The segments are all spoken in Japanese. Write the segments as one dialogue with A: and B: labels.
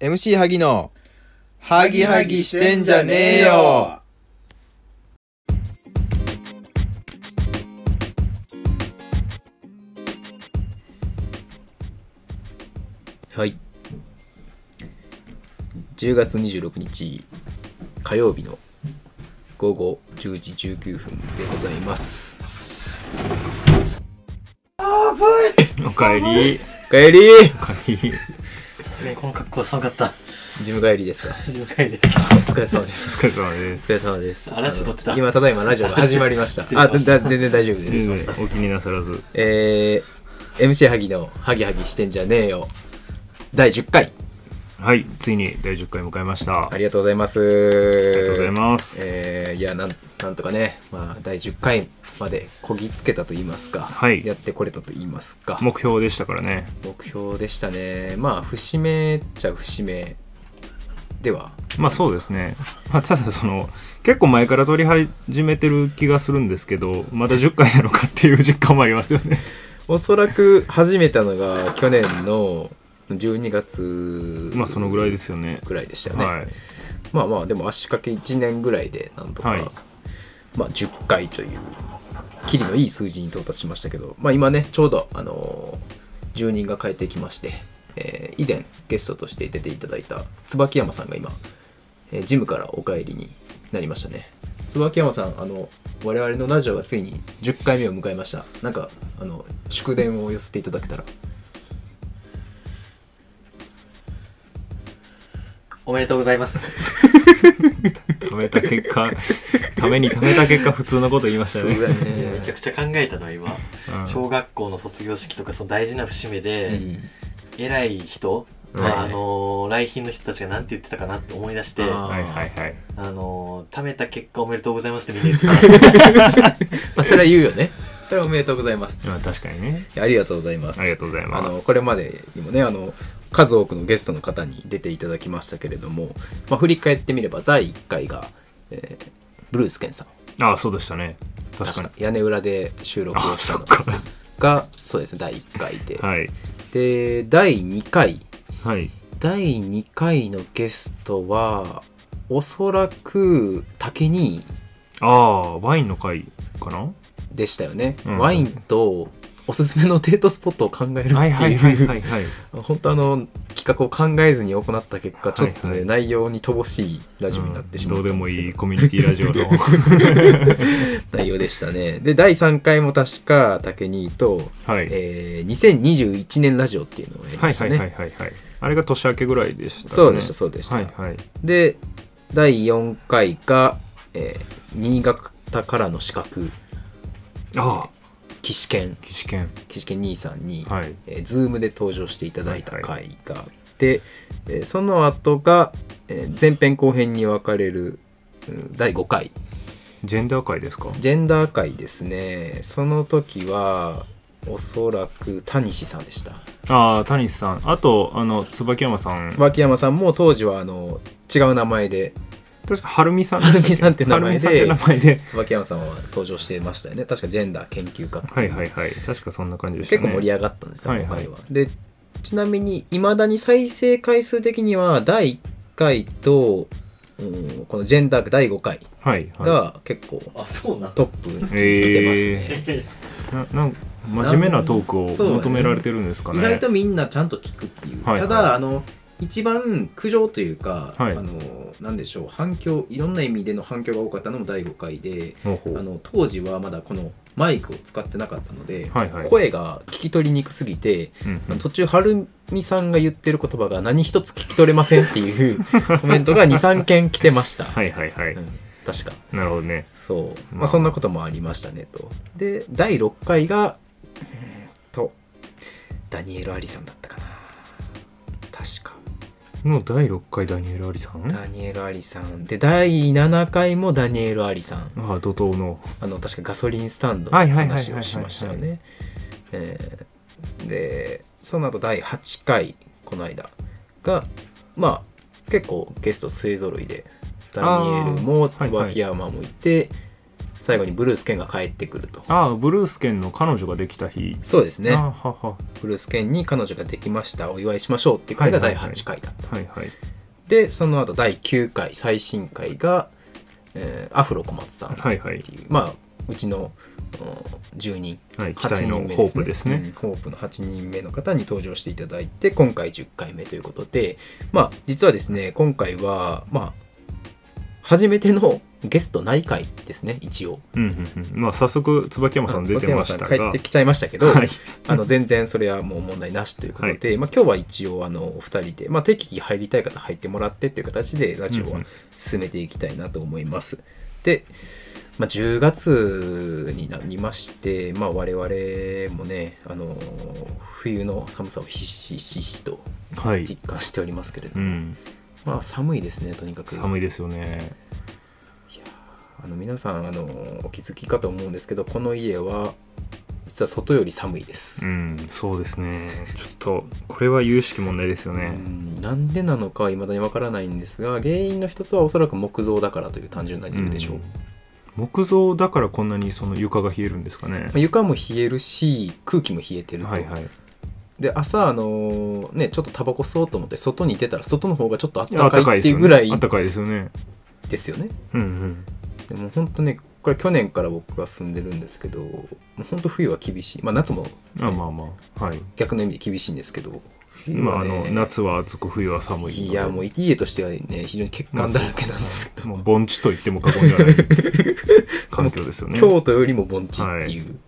A: MC 萩のハギハギしてんじゃねえよ
B: はい10月26日火曜日の午後10時19分でございます
C: おかえり。
B: おかえり
C: おかえり。
D: さすがにこの格好寒かった。
B: ジム帰りですか
D: 自分帰りで
B: お
D: す。
B: 疲れ様です
C: お疲れ様で
B: お
C: す。
B: 疲れ様です
D: あラジオ撮ってた
B: あの今ただいまラジオが始まりました
D: 失礼
B: あ
D: しま
B: だ
D: した
B: だ全然大丈夫です、
C: 全然お気になさらず。
B: えー、MC 萩のハギハギしてんじゃねえよ第10回
C: はい、ついに第10回迎えました。
B: あ
C: あり
B: りがとうございますあり
C: がとうございます。
B: えーいやなんなんとかね、まあ、第10回までこぎつけたと言いますか、
C: はい
B: やってこれたと言いますか
C: 目標でしたからね。
B: 目標でしたねまあ節目っちゃ節目では
C: まあそうですね。まあただその、結構前から撮り始めてる気がするんですけど、まだ10回なのかっていう実感もありますよ ね。
B: おそらく始めたのが去年の12月
C: まあそのぐらいですよね。
B: ぐらいでしたよね、
C: はい。
B: まあまあでも足掛け1年ぐらいでなんとか、
C: はい
B: まあ10回というきりのいい数字に到達しましたけどまあ今ねちょうどあのー住人が帰ってきまして、えー以前ゲストとして出ていただいた椿山さんが今、えージムからお帰りになりましたね椿山さんあの我々のラジオがついに10回目を迎えましたなんかあの祝電を寄せていただけたら
D: おめでとうございます。
C: 貯めた結果、 ために貯めた結果、普通のこと言いましたね。
D: めちゃくちゃ考えたのは今、
C: うん
D: 小学校の卒業式とかその大事な節目で、
B: うん
D: 偉い人、
B: はい
D: まああのー来賓の人たちがなんて言ってたかなって思い出して、
B: あ
D: あ
C: はいはいはい。
D: のー貯めた結果おめでとうございますってみんな 言ってた。
B: まあそれは言うよねそれはおめでとうございます
C: まあ確かにね。
B: ありがとうございます。
C: ありがとうございます
B: あのこれまでにもねあの数多くのゲストの方に出ていただきましたけれども、まあ、振り返ってみれば第1回が、えーブルースケンさん
C: ああ、そうでしたね。確かに。
B: 屋根裏で収録
C: あ
B: を
C: あ、
B: した
C: そっ
B: の
C: か。
B: がそうですね第1回で、
C: はい。
B: で第2回
C: はい。
B: 第2回のゲストはおそらく竹に
C: ああ、ワインの回かな
B: でしたよね、
C: うん
B: ワインとおすすめのデートスポットを考えるっていう、
C: はいはいはいはいはい。
B: 本当あの企画を考えずに行った結果ちょっとね、
C: はいはい
B: 内容に乏しいラジオになってしまった
C: うんどうで
B: んで
C: も
B: すけど,、
C: いいコミュニティラジオの
B: 内容でしたねで第3回も確か竹兄と、
C: はい、
B: えー2021年ラジオっていうのをやり
C: は
B: ま
C: い
B: した
C: は
B: ね、
C: いはいはいはいあれが年明けぐらいでした、ね、
B: そうでしたそうでした
C: はいはい
B: で第4回が、えー新潟からの資格
C: ああ
B: 岸健
C: 岸健
B: 岸健兄さんに、
C: はい
B: えー、ズームで登場していただいた
C: はいは
B: 回があって、えーその後が、えー前編後編に分かれるうん第5回
C: ジェンダー会ですか
B: ジェンダー界ですねその時はおそらく谷氏さんでした
C: ああ谷さんあとあの椿山さん
B: 椿山さんも当時はあの違う名前で
C: 確か晴美さん
B: はるみさんって名前で
C: はるみさんって名前で
B: 椿山さんは登場してましたよね確かジェンダー研究家っていう
C: はいはいはい確かそんな感じでした、
B: 結
C: ね、
B: 構盛り上がったんですよ、
C: はい
B: 今
C: はい
B: 回は。でちなみにいまだに再生回数的には第1回と、うんこのジェンダー第5回
C: はいはい
B: が結構
D: あ、そうなん。
B: トップに来
C: えー
B: てますね。
C: ななん真面目なトークを求められてるんですかね
B: 意外とみんなちゃんと聞くっていう、
C: はいは
B: た
C: い
B: だあの一番苦情というか、
C: はい
B: あのなんでしょう反響いろんな意味での反響が多かったのも第5回で
C: ほうほ
B: あ
C: う
B: の当時はまだこのマイクを使ってなかったので、
C: はいはい
B: 声が聞き取りにくすぎて、
C: うんうん
B: 途中はるみさんが言ってる言葉が何一つ聞き取れませんっていうコメントが23件来てました、
C: はいはいはい、
B: うん確か
C: なるほどね
B: そう、ま
C: ま
B: あ、
C: あ
B: そんなこともありましたねとで第6回がえーっとダニエル・アリさんだったかな確か
C: の第6回ダニエル・アリさんあ
B: ダニエル・アリさんで第7回もダニエル・アリさん
C: あ怒涛の
B: あの確かガソリンスタンドの話をしましたよね。えーでその後第8回この間がまあ結構ゲスト勢ぞろいでダニエルも
C: あーはいはい
B: 椿山もいて、最後にブルース・ケンが帰ってくると。
C: ああブルースケンの彼女ができた日
B: そうですね
C: あ。あはは
B: ブルース・ケンに彼女ができました、お祝いしましょうっていう回が第8回だった。
C: はいはい
B: で、その後第9回、最新回が、えーアフロ小松さんっていう、
C: はいはい
B: まあ、うちのうん10人、
C: はい期
B: 8
C: 待
B: 人
C: の
B: 目
C: ホープです
B: うん
C: ね
B: ホープの8人目の方に登場していただいて、今回10回目ということで、まあ、実はですね、今回は、まあ、初めてのゲストない回ですね、一応。
C: うんうんうんまあ早速椿山さん出てました
B: 松山さ
C: が
B: ん帰ってきちゃいましたけど、
C: はい
B: あの全然それはもう問題なしということで、まあ、今日は一応あのお二人で、まあ、適宜入りたい方入ってもらってっていう形でラジオ
C: うんう
B: は
C: ん
B: 進めていきたいなと思います。で、まあ、10月になりまして、まあ、我々もねあの冬の寒さをひしひしと
C: はい
B: 実感しておりますけれど
C: う
B: も、
C: ん
B: まあ、寒いですねとにかく。
C: 寒いですよね
B: あの皆さんあのお気づきかと思うんですけどこの家は実は外より寒いです
C: う。んそうですねちょっとこれは有識問題ですよ
B: う
C: ね
B: んなんでなのかは未だにわからないんですが原因の一つはおそらく木造だからという単純な理由でしょう、
C: うん木造だからこんなにその床が冷えるんですかね
B: まあ床も冷えるし空気も冷えてると、
C: はいはい
B: で朝あのーねちょっとタバコ吸おうと思って外に出たら外の方がちょっとあっ
C: いや
B: たかいっていうぐらい
C: あったかいですよね
B: ですよね
C: あったかいですよねうんうん
B: でも本当ねこれ去年から僕が住んでるんですけどもう本当冬は厳しいまあ夏も
C: あまあまあはい
B: 逆の意味で厳しいんですけど冬
C: 今あ
B: はね
C: の夏は暑く冬は寒いので
B: いやもう家としてはね非常に欠陥だらけなんですけど、
C: もう盆地と言っても過言ではない環境ですよ ね
B: 京都よりも盆地っていう、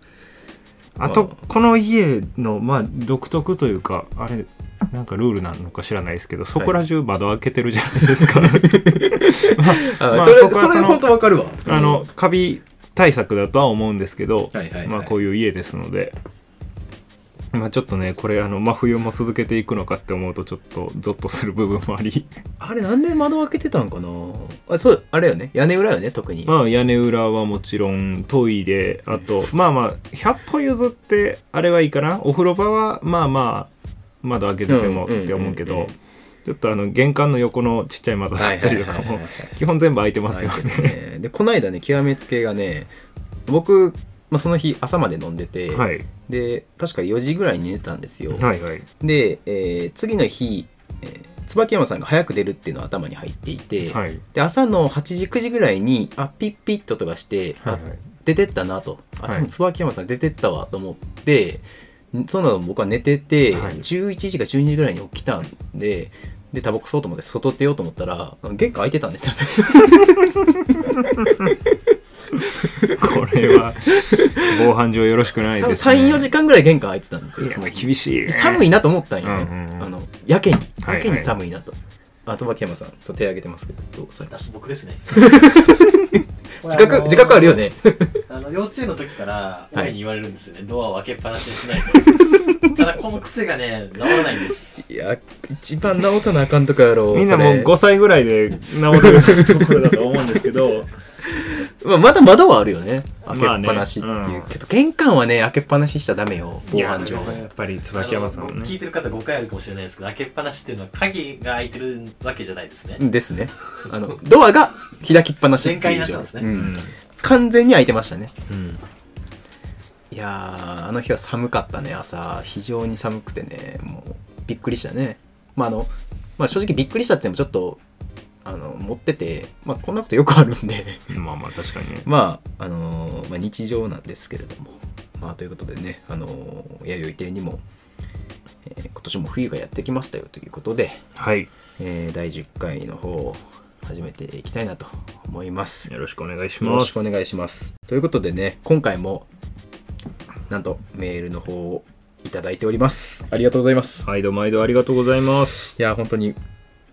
C: あとこの家のまあ独特というかあれなんかルールなのか知らないですけどそこら中窓開けてるじゃないです か、
B: あ
C: まあ
B: それ
C: ここは
B: それ
C: その
B: 本当わかるわ
C: あのカビ対策だとは思うんですけど、
B: はいはいはい
C: まあこういう家ですのでまあちょっとねこれあの真冬も続けていくのかって思うとちょっとゾッとする部分もあり
B: あれなんで窓開けてたんかなあそうあれよね屋根裏よね特に、
C: まあ屋根裏はもちろんトイレあとまあまあ100歩譲ってあれはいいかなお風呂場はまあまあ窓開けててもって思うけ
B: うんうんうんう
C: ど
B: ん
C: ちょっとあの玄関の横のちっちゃい窓だったりとか
B: はいはい
C: も
B: はいはい
C: 基本全部開いてますよ
B: はい
C: ね。
B: ねでこないだね極めつけがね僕、まあ、その日朝まで飲んでて、
C: はい
B: で確か4時ぐらいに寝てたんですよ、
C: はいはい
B: で、えー次の日、えー椿山さんが早く出るっていうのは頭に入っていて、
C: はい
B: で朝の8時9時ぐらいにあピッピッととかして、
C: は
B: あ
C: いはい
B: 出てったなと、あ
C: はい
B: 多分椿山さん出てったわと思ってんそうなの僕は寝てて、
C: はい
B: 11時か12時ぐらいに起きたんででタバコ吸おうと思って外出ようと思ったら玄関開いてたんです よね
C: これは防犯上よろしくない
B: 多分
C: ですね。
B: 34時間ぐらい玄関開いてたんですよそ
C: い
B: の
C: や
B: 日
C: 厳しいね。
B: 寒いなと思ったんよね、
C: うんうんうん
B: あのやけに
C: はいは
B: や
C: い
B: けに寒いなと、あ椿山さんちょっと手挙げてますけどどうされまし
D: 私僕です ね
B: た自覚自覚あるよね
D: あの幼稚園の時から
B: はい
D: 親に言われるんですよね、ドアを開けっぱなしにしない とただこの癖がね治らないんです
B: いや一番直さなあかんとかやろ
C: みんなもう
B: そ
C: 5歳ぐらいで治る ところだと思うんですけど、
B: れまあまだ窓はあるよね開けっぱなしっていう、
C: まあねうん
B: けど玄関はね開けっぱなししちゃダメよ
C: い
B: 防
C: や
B: 犯上
C: やっぱり椿山さん
D: あ
C: は
D: の僕聞
C: ね
D: い。てる方誤解あるかもしれないですけど開けっぱなしっていうのは鍵が開いてるわけじゃないですね、
B: ですね。あの、ドアが開きっぱなしっていう
D: 全開になって
B: 状
D: ますね
B: 態う
C: うんん
B: 完全に開いてましたね。
C: うん
B: いやー、あの日は寒かったね、朝。非常に寒くてね、もう、びっくりしたね。まあ、あの、まあ、正直びっくりしたっていうのもちょっと、あの、持ってて、まあ、こんなことよくあるんで、
C: まあまあ確かにね。
B: まあ、あのーまあ、日常なんですけれども。まあ、ということでね、あのー弥生亭にも、えー今年も冬がやってきましたよということで、
C: はい。
B: えー第10回の方を始めていきたいなと思います。よ
C: よろしくお願いします。
B: ろしくお願いします。ということでね、今回もなんとメールの方をいただいております。ありがとうございます。
C: 毎度毎度ありがとうございます。
B: いや、本当に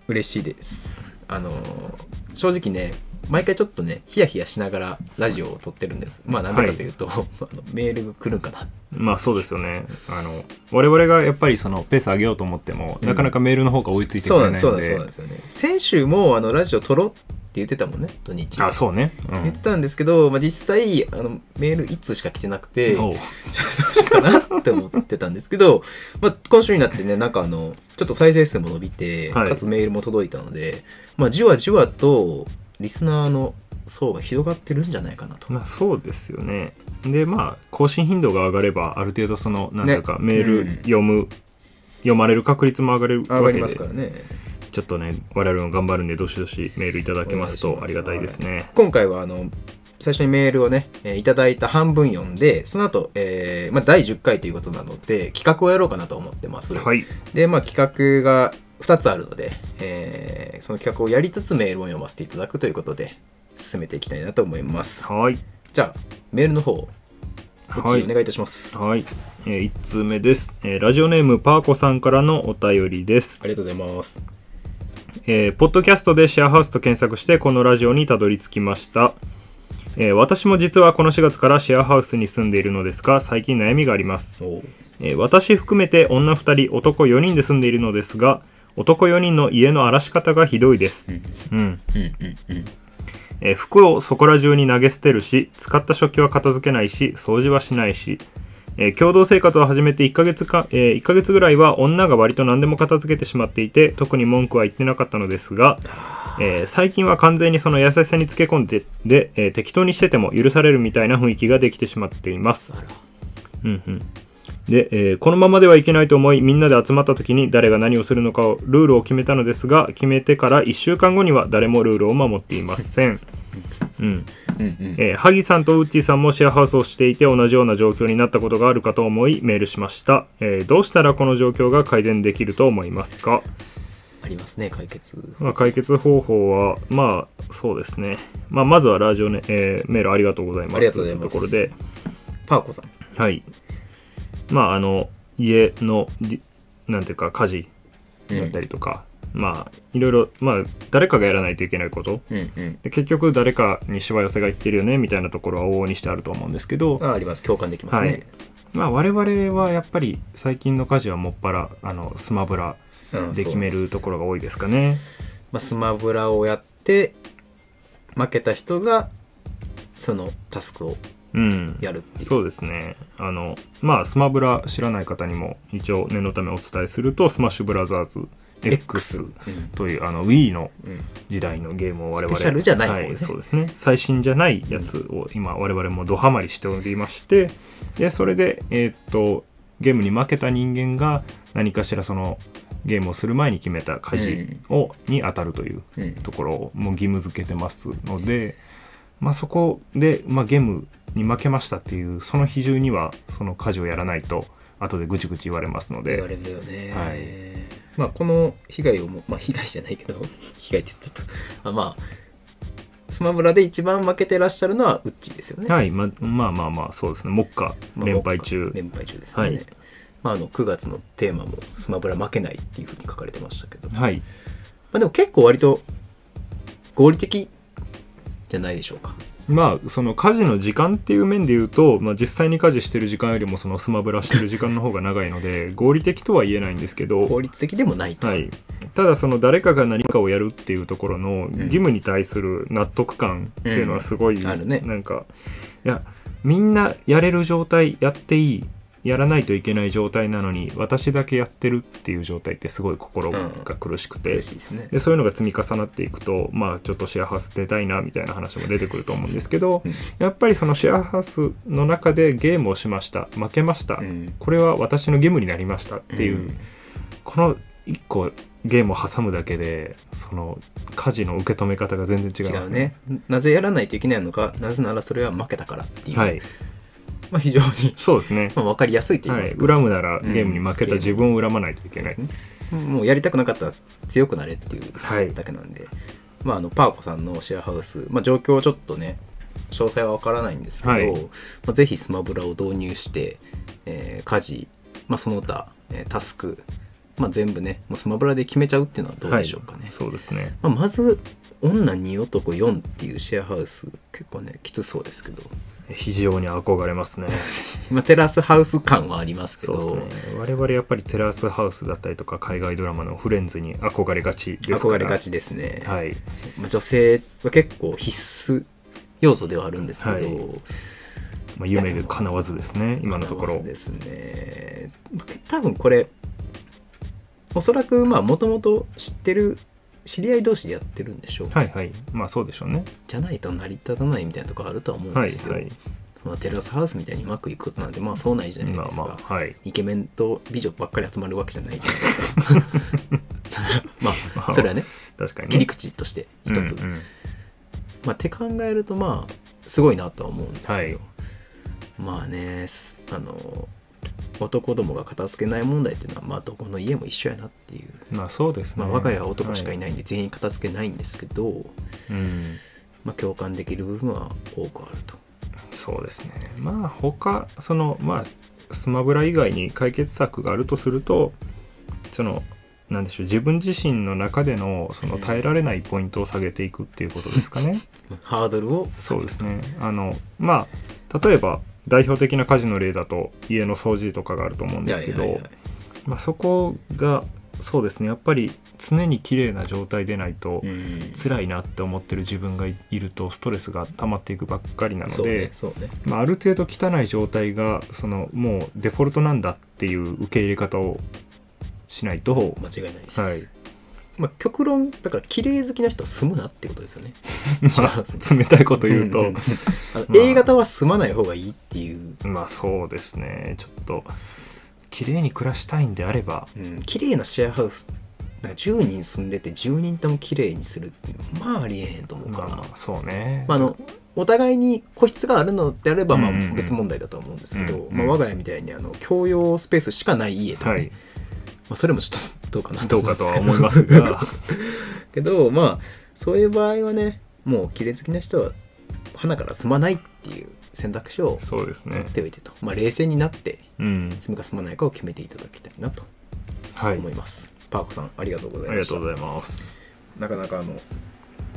B: 嬉しいです。あのー正直ね、毎回ちょっとね、ヒヤヒヤしながらラジオを撮ってるんです。まあ、なんでかというと、 あのメールが来るんかな。
C: まあそうですよね。あの、我々がやっぱりそのペース上げようと思っても、
B: うん
C: なかなかメールの方が追いついてく
B: そうな
C: れ
B: んで
C: ない
B: す、そう
C: の
B: なんです、そうなん
C: で
B: で。すよね。先週もあのラジオ撮ろうって言ってたもんね、土日。
C: あ、そうね。う
B: 言ってたんですけど、まあ、実際あのメール1通しか来てなくて
C: ん。
B: ちょっと
C: おう
B: どうしようかなって思ってたんですけど、 まあ、今週になってねなんかあのちょっと再生数も伸びて、
C: はい
B: かつメールも届いたので、まあ、じわじわとリスナーの層が広がってるんじゃないかなと。
C: まあそうですよねでまあ更新頻度が上がればある程度そのなんていうか、メー
B: うん
C: ル読む、読まれる確率も上がる
B: 上
C: わ
B: が
C: け
B: りま
C: です
B: からね。
C: ちょっとね我々も頑張るんでどしどしメールいただけます
B: お
C: と
B: 願
C: あ
B: い
C: り
B: します
C: がたいですね
B: 今回はあの最初にメールをね、えーいただいた半分読んでその後、えーまあ第10回ということなので企画をやろうかなと思ってます、
C: はい
B: でまあ企画が2つあるので、えーその企画をやりつつメールを読ませていただくということで進めていきたいなと思います
C: はい
B: じゃあメールの方こっ
C: は
B: ち
C: い
B: お願いいたします、
C: はい、えー、1通目です、えーラジオネームパーコさんからのお便りです
B: あ、りがとうございます
C: えーポッドキャストでシェアハウスと検索してこのラジオにたどり着きました、えー私も実はこの4月からシェアハウスに住んでいるのですが最近悩みがあります
B: おう
C: えー私含めて女2人男4人で住んでいるのですが男4人の家の荒らし方がひどいです、うん
B: うんうんうん
C: えー服をそこら中に投げ捨てるし使った食器は片付けないし掃除はしないし、えー共同生活を始めて1ヶ月か、えー1ヶ月ぐらいは女が割と何でも片付けてしまっていて特に文句は言ってなかったのですが、えー最近は完全にその優しさにつけ込んでで、えー適当にしてても許されるみたいな雰囲気ができてしまっていますうんうんで、えーこのままではいけないと思いみんなで集まった時に誰が何をするのかをルールを決めたのですが決めてから1週間後には誰もルールを守っていま せん、うん
B: うんうん
C: えー萩さんとウッチーさんもシェアハウスをしていて同じような状況になったことがあるかと思いメールしました、えーどうしたらこの状況が改善できると思いますか、
B: ありますね解決
C: まあ、解決方法はまあそうですね、まあ、まずはラジオ、ねえーメールありがとうございます
B: ありがとうございます
C: ところで
B: パーコさん
C: はい。まあ、あの、家の、じなんていうか、家事だったりとか、まあ、いろいろ、まあ、誰かがやらないといけないこと。
B: うんうん
C: で結局、誰かにしわ寄せがいってるよね、みたいなところは往々にしてあると思うんですけど、
B: ああります共感できますね、
C: はいまあ、我々はやっぱり、最近の家事はもっぱら、あの、スマブラ
B: うん
C: で決め
B: そう
C: る
B: す
C: ところが多いですかね。
B: まあ、スマブラをやって負けた人がそのタスクを
C: うん。
B: やるっていう
C: そうですねあのまあスマブラ知らない方にも一応念のためお伝えするとスマッシュブラザーズ X という、あの Wii の
B: うん
C: 時代のゲームを我々
B: スペシャルじゃない方
C: は
B: ね
C: い、そうですね最新じゃないやつを今我々もドハマりしておりましてでそれでえーっとゲームに負けた人間が何かしらそのゲームをする前に決めた家事を、に当たるという
B: うん
C: ところをもう義務付けてますので、まあ、そこで、まあ、ゲームに負けましたっていうその比重にはその家事をやらないと後でぐちぐち言われますの
B: 言わ
C: で
B: れるよね、
C: はい
B: まあこの被害をもまあ被害じゃないけど 被害って言っちゃったあまあスマブラで一番負けてらっしゃるのはウッチーですよね、
C: はいままあまあまあそうですね目下
B: まあ
C: 連敗中
B: 僕連敗中ですよね、
C: はい
B: まあ、あの9月のテーマも「スマブラ負けない」っていうふうに書かれてましたけど、ま
C: はい
B: あ、でも結構割と合理的じゃないでしょうか
C: まあその家事の時間っていう面で言うと、まあ、実際に家事してる時間よりもそのスマブラしてる時間の方が長い ので合理的とは言えないんですけど
B: 効率的でもないと、
C: はい、ただその誰かが何かをやるっていうところの義務に対する納得感っていうのはすごい、
B: うんあるね
C: なんかいやみんなやれる状態やっていいやらないといけない状態なのに私だけやってるっていう状態ってすごい心が苦しくて、
B: 嬉しいですね
C: でそういうのが積み重なっていくとまあちょっとシェアハウス出たいなみたいな話も出てくると思うんですけど、
B: うん
C: やっぱりそのシェアハウスの中でゲームをしました負けました、
B: うん
C: これは私の義務になりましたっていう、
B: うん
C: この1個ゲームを挟むだけでその家事の受け止め方が全然違
B: 違
C: います
B: うねなぜやらないといけないのかなぜならそれは負けたからっていう、
C: はい
B: まあ、非常に、
C: そうですね、
B: まあ、分かりやすいと言いま
C: はい、
B: すか、
C: 恨むならゲームに負けた自分を恨まないといけ
B: そう
C: な
B: で
C: い、
B: すねもうやりたくなかったら強くなれってい
C: はいう
B: だけなんで、まあ、あのパーコさんのシェアハウス、まあ、状況をちょっとね詳細は分からないんですけど、
C: はい
B: まあ、ぜひスマブラを導入して、えー家事、まあ、その他、えータスク、まあ、全部ねもうスマブラで決めちゃうっていうのはどうでしょうかね、
C: はいそうですね
B: まあ、まず女2男4っていうシェアハウス結構ねきつそうですけど、
C: 非常に憧れますね
B: まあ、テラスハウス感はありますけ
C: そ
B: ど
C: うですね我々やっぱりテラスハウスだったりとか海外ドラマのフレンズに憧れがちですから
B: 憧れがちですね、
C: はい
B: まあ、女性は結構必須要素ではあるんですけど、
C: はいまあ、夢が叶わずですね今のとこ
B: ま
C: ろ
B: ずですねまあけ多分これおそらくまあもともと知ってる知り合い同士でやってるんでしょう、
C: はいはいまあそうでしょうね
B: じゃないと成り立たないみたいなとこあるとは思うん
C: はい
B: ですよ、
C: はい
B: そのテラスハウスみたいにうまくいくことなんてまあそうないじゃない
C: ま
B: です
C: あ
B: か、
C: まあはい
B: イケメンと美女ばっかり集まるわけじゃないじゃないです かそれはまあそれはね
C: 確かにね
B: 切り口として一つ、
C: うんうん
B: まあって考えるとまあすごいなとは思うんですけど、
C: はい
B: まあねすあの男どもが片付けない問題っていうのはまあどこの家も一緒やなっていう、
C: まあそうですね
B: まあ、我が家は男しかい
C: な
B: ないんで全員片付けないんですけど、
C: い、うん
B: まあ共感できる部分は多くあると
C: そうですねまあ他そのまあスマブラ以外に解決策があるとするとそのなんでしょう自分自身の中でのその
B: うん
C: 耐えられないポイントを下げていくっていうことですかね。
B: ハードルを
C: そうですねあのまあ例えば代表的な家事の例だと家の掃除とかがあると思うんですけど、
B: はいはいはい
C: まあ、そこがそうですねやっぱり常に綺麗な状態でないと
B: うん
C: 辛いなって思ってる自分がいいるとストレスが溜まっていくばっかりなの
B: そうね
C: で、
B: そうね
C: まあ、ある程度汚い状態がそのもうデフォルトなんだっていう受け入れ方をしないと、
B: 間違いないです、
C: はい、
B: まあ、極論だから綺麗好きな人は住むなってことですよね
C: まあ冷たいこと言うと、
B: んんあの
C: まあ
B: A 型は住まない方がいいっていう、
C: まあそうですねちょっと綺麗に暮らしたいんであれば
B: うん、綺麗なシェアハウスなんか10人住んでて10人とも綺麗にするってまあありえへんと思うか
C: ま
B: ら、ま
C: あまあそうね、
B: あ、あのお互いに個室があるのであればま
C: うんうんう
B: あ
C: ん
B: 別問題だとは思うんですけど、
C: うんうん
B: まあ、我が家みたいにあの共用スペースしかない家とかね、
C: はい
B: まあ、それもちょっとどうかなと
C: ど
B: 思
C: う
B: うん
C: か
B: で
C: と
B: すけど
C: は思いますが
B: けどまあそういう場合はねもう綺麗好きな人は花から住まないっていう選択肢を
C: そうです
B: 持っ
C: ね
B: ておいてと、まあ、冷静になって
C: うん
B: 住むか住まないかを決めていただきたいなと
C: はい
B: 思います、パーコさんありがとうござ
C: あ
B: い
C: り
B: ま
C: が
B: した
C: とうございます
B: なかなかあの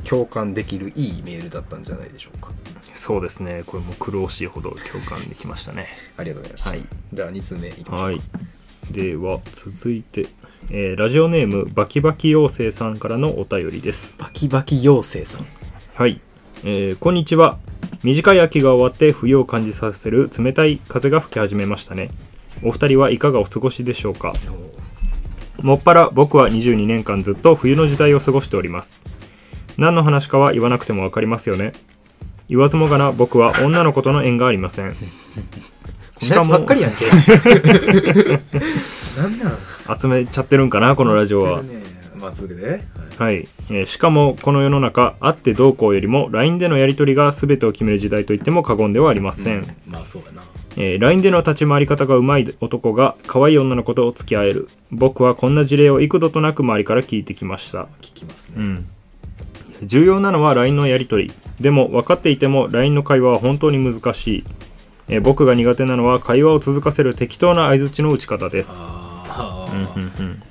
B: 共感できるいいメールだったんじゃないでしょうか
C: そうですねこれも苦労しいほど共感できましたね
B: ありがとうございました、
C: はい
B: じゃあ2通目いきましょう、
C: はいでは続いて、えーラジオネームバキバキ妖精さんからのお便りです
B: バキバキ妖精さん
C: はい、えーこんにちは短い秋が終わって冬を感じさせる冷たい風が吹き始めましたねお二人はいかがお過ごしでしょうかもっぱら僕は22年間ずっと冬の時代を過ごしております何の話かは言わなくてもわかりますよね言わずもがな僕は女の子との縁がありませ ん
B: しかもばっかりやんけなんなん
C: 集めちゃってるんかなこのラジオは
B: ねまあ続けてはい
C: はい、えーしかもこの世の中あってどうこうよりも LINE でのやり取りが全てを決める時代と言っても過言ではありません、
B: うんまあそうだな
C: えー LINE での立ち回り方がうまい男が可愛い女の子とお付き合える僕はこんな事例を幾度となく周りから聞いてきました
B: 聞きますね、
C: うん重要なのは LINE のやり取りでも分かっていても LINE の会話は本当に難しい、えー僕が苦手なのは会話を続かせる適当な相槌の打ち方です
B: あ
C: うんうんうん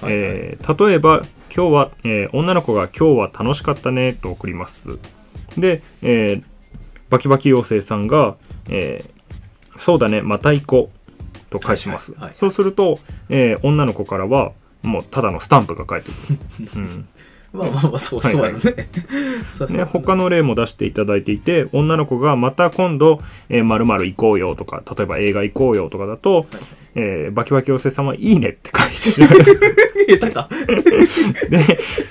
B: あ、はいはい
C: えー例えば今日は、えー女の子が「今日は楽しかったね」と送りますで、えーバキバキ妖精さんが、えーそうだねまた行こう」と返します、
B: はいはいはい
C: そうすると、えー女の子からはもうただのスタンプが返って くる、うん
B: まあまあまあそうそうだね、そうそう
C: ね、他の例も出していただいていて女の子がまた今度「えー、〇〇行こうよ」とか例えば映画行こうよとかだと、えーバキバキ妖精さんは「いいね」って返してしまう
B: 下手か
C: で、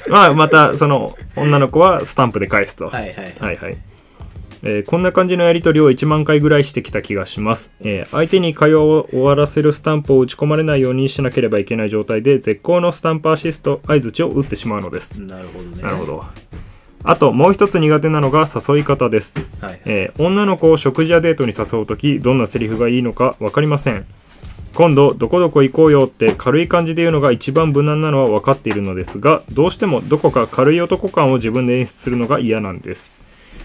C: まあ、また、その、女の子はスタンプで返すと。
B: は
C: はい、
B: いはい
C: はい、えーこんな感じのやり取りを1万回ぐらいしてきた気がします、えー相手に会話を終わらせるスタンプを打ち込まれないようにしなければいけない状態で絶好のスタンプアシスト相槌を打ってしまうのです、
B: なるほどね
C: なるほどあともう一つ苦手なのが誘い方です、
B: はいはい
C: えー女の子を食事やデートに誘う時どんなセリフがいいのか分かりません今度どこどこ行こうよって軽い感じで言うのが一番無難なのは分かっているのですがどうしてもどこか軽い男感を自分で演出するのが嫌なんです、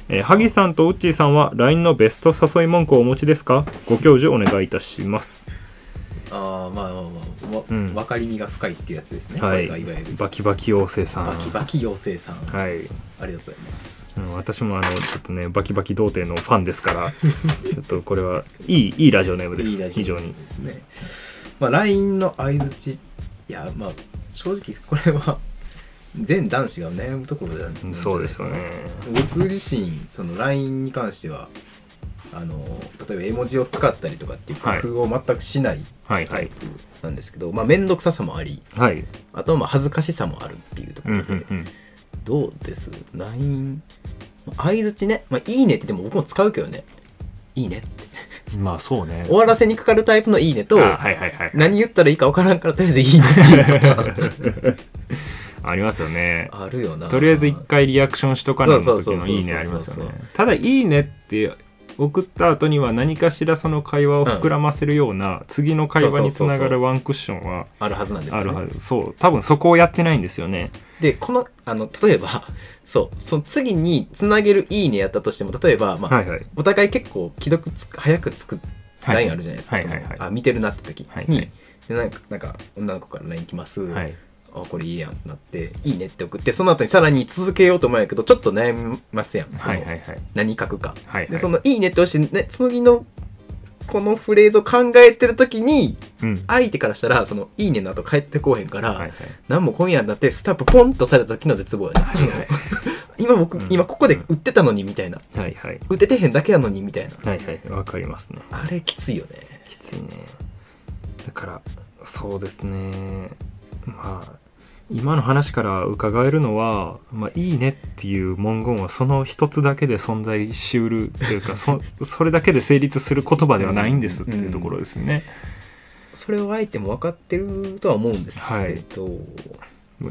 C: えー萩さんとウッチーさんは LINE のベスト誘い文句をお持ちですかご教授お願いいたします
B: ああまあまあまあわ、
C: うん
B: 分かりみが深いっていうやつですね、
C: はい
B: これがいわゆる
C: バキバキ妖精さん
B: バキバキ妖精さん、あ
C: はい、
B: りがとうございます
C: うん私もあのちょっとねバキバキ童貞のファンで すからちょっとこれはいいいいラジオネームです
B: いいラジオ
C: 非常に
B: ですねまあ LINE の相づちいやまあ正直これは全男子が悩むところじゃない
C: うんそうですよね
B: 僕自身その LINE に関してはあの例えば絵文字を使ったりとかっていう工夫を全くしない
C: はいは
B: タイ
C: い
B: プなんですけど、まあ、面倒くささもあり
C: はい
B: あとはまあ恥ずかしさもあるっていうとこ
C: うんう
B: ろ
C: ん
B: で、
C: うん
B: どうです ?LINE まあ相づちね、まあ、いいねってでも僕も使うけどねいいねって
C: まあそうね
B: 終わらせにかかるタイプのいいねと、
C: あはいはいはい
B: 何言ったらいいか分からんからとりあえずいいねっていうパターン
C: ありますよね
B: あるよな
C: とりあえず一回リアクションしとかなの
B: そう
C: 時
B: そうそう
C: の
B: そう
C: いいねありますよね
B: そうそ
C: ただ「いいね」って送った後には何かしらその会話を膨らませるような、次の会話につ
B: そうそう
C: なが
B: そうそ
C: るワンクッションは
B: あるはずなんです
C: あ
B: よ、ね、
C: るはずそう多分そこをやってないんですよね
B: でこのあの例えばそうその次につなげる「いいね」やったとしても例えば、まあ
C: はいはい
B: お互い結構既読つく早くつく
C: はい
B: LINE あるじゃないですか、
C: はいはいはい
B: そのあ見てるなって時に、
C: はいはい
B: でなんかなんか女の子から LINE 来ます、
C: はい
B: あこれいいやんってなって「いいね」って送ってその後にさらに続けようと思うんやけどちょっと悩みますやんその、
C: はいはいはい
B: 何書くか。
C: はいは
B: で
C: い
B: その「いいね」って押して、ね、次のこのフレーズを考えてる時に
C: うん
B: 相手からしたら「そのいいね」の後帰ってこうへんから、
C: はいはい
B: なんも今夜になってスタンプポンとされた時の絶望やね
C: はいはい
B: 今僕、
C: うん
B: 今ここで売ってたのにみたいな
C: はいはい
B: 売っててへんだけやのにみたいな
C: はいはいわかりますね
B: あれきついよね
C: きついねだからそうですねまあ今の話から伺えるのは「まあ、いいね」っていう文言はその一つだけで存在しうると いうかそそれだけで成立する言葉ではないんですっていうところですね。
B: それを相手も分かってるとは思うんですけど、
C: も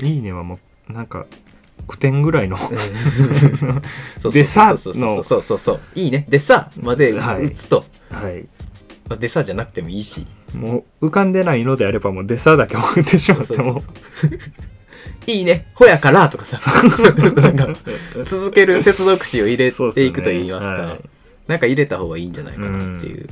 C: ういいねはもうなんか9点ぐらいの
B: そう
C: でさ
B: そうそうそうそうそうそういいねでさまで
C: はい
B: 打つと、
C: はい
B: まあでさじゃなくてもいいし
C: もう浮かんでないのであればもうデサだけ送ってしまっても
B: そう そうそういいねほやからとか さなんか続ける接続詞を入れ
C: そうってす
B: いくといいますか
C: ねはい
B: なんか入れた方がいいんじゃないかなっていう、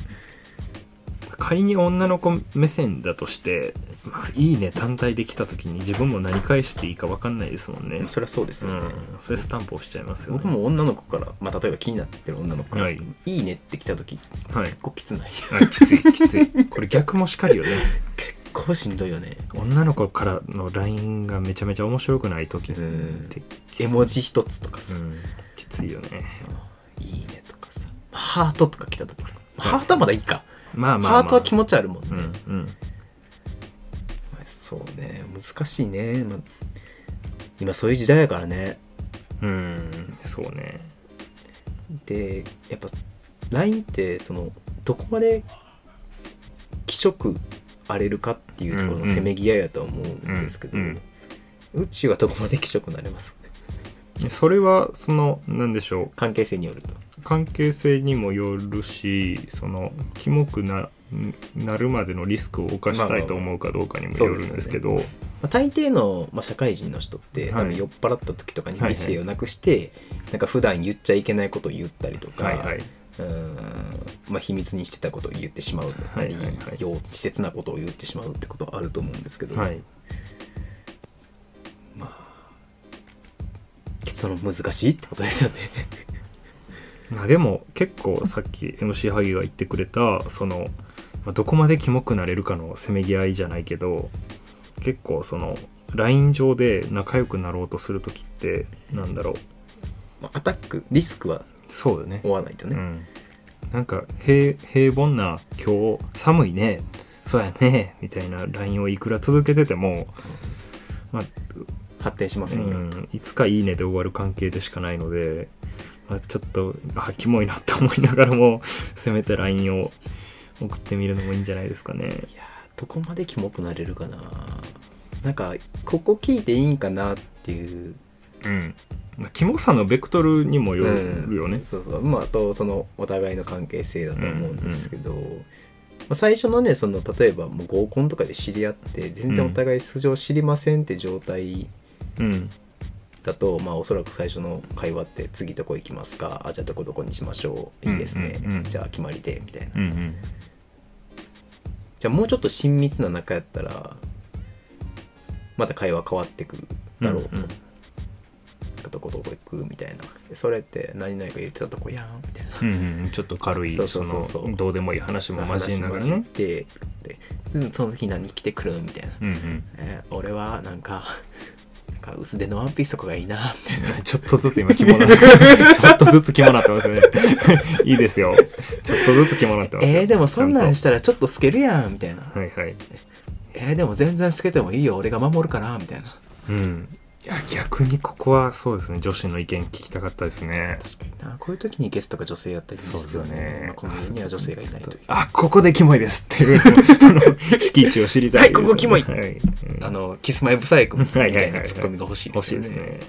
C: 仮に女の子目線だとして、まあ、いいね単体で来た時に自分も何返していいか分かんないですもんね
B: まあそれはそうですよね、
C: うん、それスタンプ押しちゃいますよね
B: 僕も女の子から、まあ、例えば気になってる女の子から「
C: はい
B: い、いね」って来た時結
C: はい
B: 構きつない 結
C: あきついきつい これ逆もしかりよね
B: 構しんどいよね
C: 女の子からの LINE がめちゃめちゃ面白くない時って
B: うん
C: きつい
B: 絵文字一つとか
C: う
B: さ
C: んきついよね
B: 「いいね」とかさ「ハート」とか来た時とかハートはまだいいか、
C: まあまあ、まあ、
B: ハートは気持ちあるもんね、
C: うんうん
B: まあそうね難しいね、まあ今そういう時代やからね
C: うんそうね
B: でやっぱ LINE ってそのどこまで気色荒れるかっていうところのせめぎ合いやとは思うんですけど、
C: うんうん
B: 宇宙はどこまで気色なれます
C: それはそのなんでしょう
B: 関係性によると
C: 関係性にもよるしそのキモくななるまでのリスクを犯したいと思うかどうかにもよるんですけど、
B: まあ、大抵の、まあ、社会人の人って、
C: はい
B: 多分酔っ払った時とかに
C: はいはい
B: 理性をなくして、なんか普段言っちゃいけないことを言ったりとか、
C: はいはい、
B: うーんまあ、秘密にしてたことを言ってしまうだったり、
C: はいはいはい
B: 幼稚拙なことを言ってしまうってことはあると思うんですけど、
C: はい、
B: 結論難しいってことですよね。
C: まあでも結構さっき MC 萩が言ってくれたそのまあどこまでキモくなれるかのせめぎ合いじゃないけど結構その LINE 上で仲良くなろうとする時ってなんだろう
B: まあアタックリスクは
C: そうだね
B: 負わないと
C: う
B: ね、
C: ん、なんか平平凡な今日寒いねそうやねみたいな LINE をいくら続けてても、まあ
B: 発展しま
C: う
B: せんよ、
C: ん、いつか「いいね」で終わる関係でしかないので、まあ、ちょっとあキモいなって思いながらも せめて LINE を送ってみるのもいいんじゃないですかね。
B: いやーどこまでキモくなれるかななんかここ聞いていいんかなっていう
C: うんまあ、キモさのベクトルにもよるよ
B: うん
C: ね。
B: そうそうまああとそのお互いの関係性だと思うんですけど、まあ、最初のねその例えばもう合コンとかで知り合って全然お互い素性知りませんって状態
C: うん
B: だと、まあおそらく最初の会話って次どこ行きますかあじゃあどこどこにしましょういいですね、
C: うんうんうん
B: じゃあ決まりでみたいな
C: うんうん、
B: じゃあもうちょっと親密な仲やったらまた会話変わってくるだろう、
C: うんうん
B: どこどこ行くみたいなそれって何々が言ってたとこやんみたいな
C: うんうん、ちょっと軽い
B: そ
C: そう
B: そうそうそう
C: のどうでもいい話も交えながら
B: 話交
C: ね。
B: えてででその日何着てくるみたいな、
C: うんうん
B: えー俺はなんかなんかか薄手のワンピースとかがいいなみたいな
C: ちょっとずつ今、肝なって、ちょっとずつ肝なってますね。いいですよ。ちょっとずつ肝なってますよ。
B: えー、でもそんなん
C: ち
B: したらちょっと透けるやんみたいな
C: ゃんとはいはい。
B: えー、でも全然透けてもいいよ俺が守るからみたいな
C: うん。いや、逆にここはそうですね、女子の意見聞きたかったですね。
B: 確かになこういう時にゲストが女性やったりするんですけど
C: そうですよ
B: ね
C: ね
B: まあ、この家には女性がいないという
C: あ、ここでキモいですって いう、その、敷地を知りたいですね、
B: はいここキモい
C: はい。うん
B: あのキスマイブサイクみた
C: はいはい
B: い
C: はい
B: な
C: はい
B: ツッコミが欲しいで
C: 欲し
B: す
C: い
B: よ
C: です
B: ね
C: ね。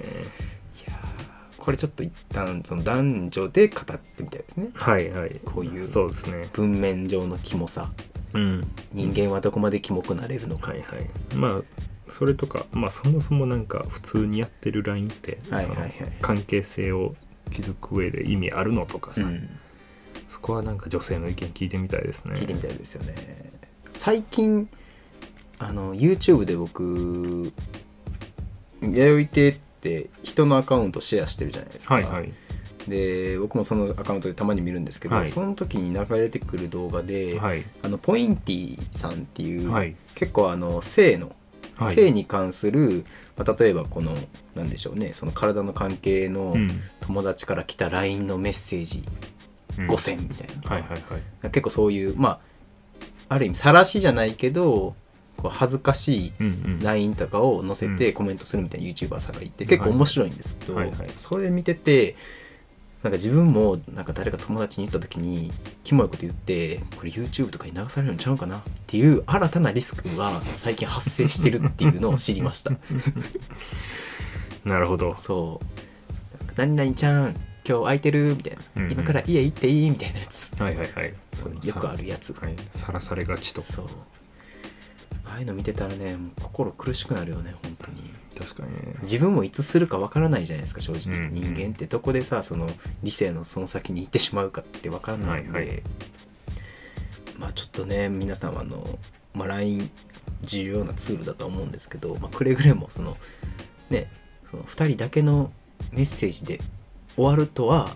B: これちょっと一旦その男女で語ってみたいですね
C: はいはい。
B: こういう
C: そうですね。
B: 文面上のキモさ
C: うん。
B: 人間はどこまでキモくなれるのか、
C: はいはい。まあ、それとか、まあそもそもなんか普通にやってるラインって、
B: はいはいはい
C: その関係性を築く上で意味あるのとか
B: う
C: さ、
B: ん、
C: そこはなんか女性の意見聞いてみたいですね。
B: 聞いてみたいですよね最近あの YouTube で僕弥生亭って人のアカウントシェアしてるじゃないですか、
C: はいはい。
B: で僕もそのアカウントでたまに見るんですけど、
C: はい
B: その時に流れてくる動画で、
C: はい。
B: あのポインティさんっていう、
C: はい
B: 結構あの性の、
C: はい
B: 性に関する、まあ、例えばこのなんでしょうねその体の関係の
C: うん。
B: 友達から来た LINE のメッセージ
C: うん
B: 5,000みたいな、
C: はいはいはい。
B: 結構そういうまあある意味晒しじゃないけどこう恥ずかしい
C: うんうん。
B: LINE とかを載せ
C: う
B: てコメントするみたいな YouTuber さんがいて結構面白いんですけど、
C: はいはい
B: それ見ててなんか自分もなんか誰か友達に言った時にキモいこと言ってこれ YouTube とかに流されるんちゃうかなっていう新たなリスクが最近発生してるっていうのを知りました
C: なるほど。
B: そうなんか何々ちゃん今日空いてるみたいな、
C: うんうん
B: 今から家行っていいみたいなやつ
C: はいはいはい。
B: よくあ
C: る。
B: るやつ
C: はい。さらされがちと。
B: そうああいうの見てたらねもう心苦しくなるよね本当に
C: 確かにね。
B: 自分もいつするかわからないじゃないですか正直、
C: うん
B: 人間ってどこでさその理性のその先に行ってしまうかってわからないので、
C: はいは
B: まあちょっとね皆さんはあの、まあ、LINE 重要なツールだと思うんですけど、まあ、くれぐれもそのねその2人だけのメッセージで終わるとは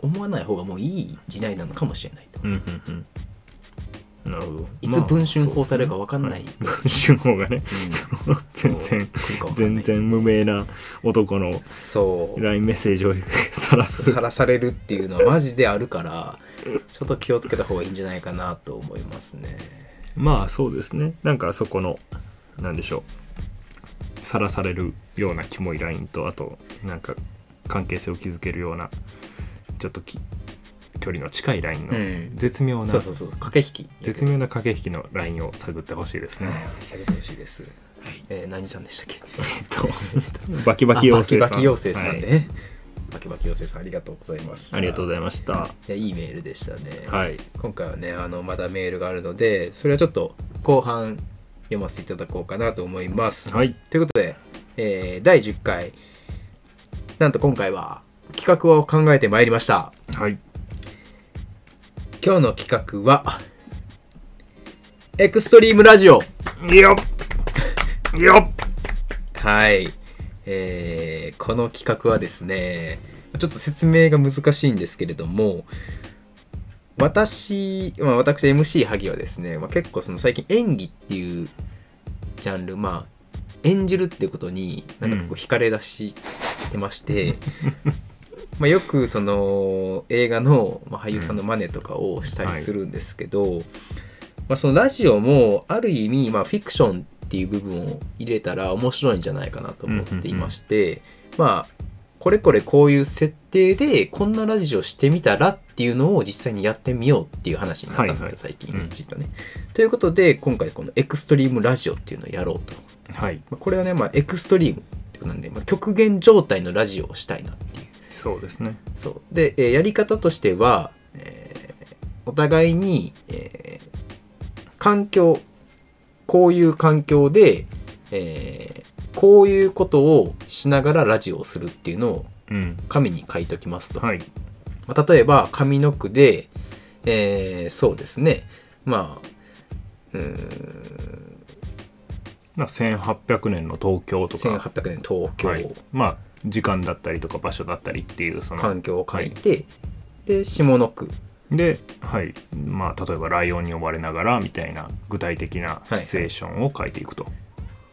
B: 思わない方がもういい時代なのかもしれないと。
C: うんうんうん。なるほど。
B: いつ文春砲されるかわかんない
C: まあそうですねはい文春砲がね、
B: うん
C: その全然
B: 来るかわかんな
C: 全
B: い
C: 然無名な男の
B: そう
C: LINE メッセージを 晒す
B: さらされるっていうのはマジであるからちょっと気をつけた方がいいんじゃないかなと思いますね
C: まあそうですねなんかそこのなんでしょうさらされるようなキモいラインとあとなんか関係性を築けるようなちょっとき距離の近いラインの
B: うん
C: 絶妙な、
B: そうそうそう駆け引き
C: 絶妙な駆け引きのラインを探ってほしいですね、
B: はい下げてほしいです、えー何さんでしたっけ
C: えっと バキバキ妖精さん
B: あバキバキ妖精さんね、
C: はい
B: バキバキ妖精さんありがとうございました
C: ありがとうご
B: ざい
C: ざいました
B: ますいやいいメールでしたね、
C: はい
B: 今回はねあのまだメールがあるのでそれはちょっと後半読ませていただこうかなと思います、
C: はい
B: ということで、えー第10回なんと今回は企画を考えてまいりました
C: はい
B: 今日の企画はエクストリームラジオ
C: よっよっ
B: はい、えーこの企画はですねちょっと説明が難しいんですけれども私、まあ、私 MC 萩はですね、まあ、結構その最近演技っていうジャンルまあ演じるってことになんか結構惹かれ出してまして、まあよくその映画の、まあ、俳優さんの真似とかをしたりするんですけど、まあ、そのラジオもある意味、まあ、フィクションっていう部分を入れたら面白いんじゃないかなと思っていまして、まあこれこれこういう設定でこんなラジオしてみたらっていうのを実際にやってみようっていう話になったんですよ、
C: はいはい
B: 最近
C: うん
B: ちょっとね。ということで今回このエクストリームラジオっていうのをやろうと。
C: はい
B: まあこれはね、まあ、エクストリームってことなんで、まあ、極限状態のラジオをしたいなっていう。
C: そうですね
B: そうで、えーやり方としては、えーお互いに、えー環境こういう環境で、えーこういうことをしながらラジオをするっていうのを
C: うん
B: 紙に書いときますと、
C: はい
B: まあ例えば上の句で、えーそうですねまあうーん
C: まあ1800年の東京とか
B: 1800年東京、
C: はい、まあ時間だったりとか場所だったりっていうその
B: 環境を書いて、で下の句
C: で、はいまあ、例えばライオンに呼ばれながらみたいな具体的なシチュエーションを書いていくと、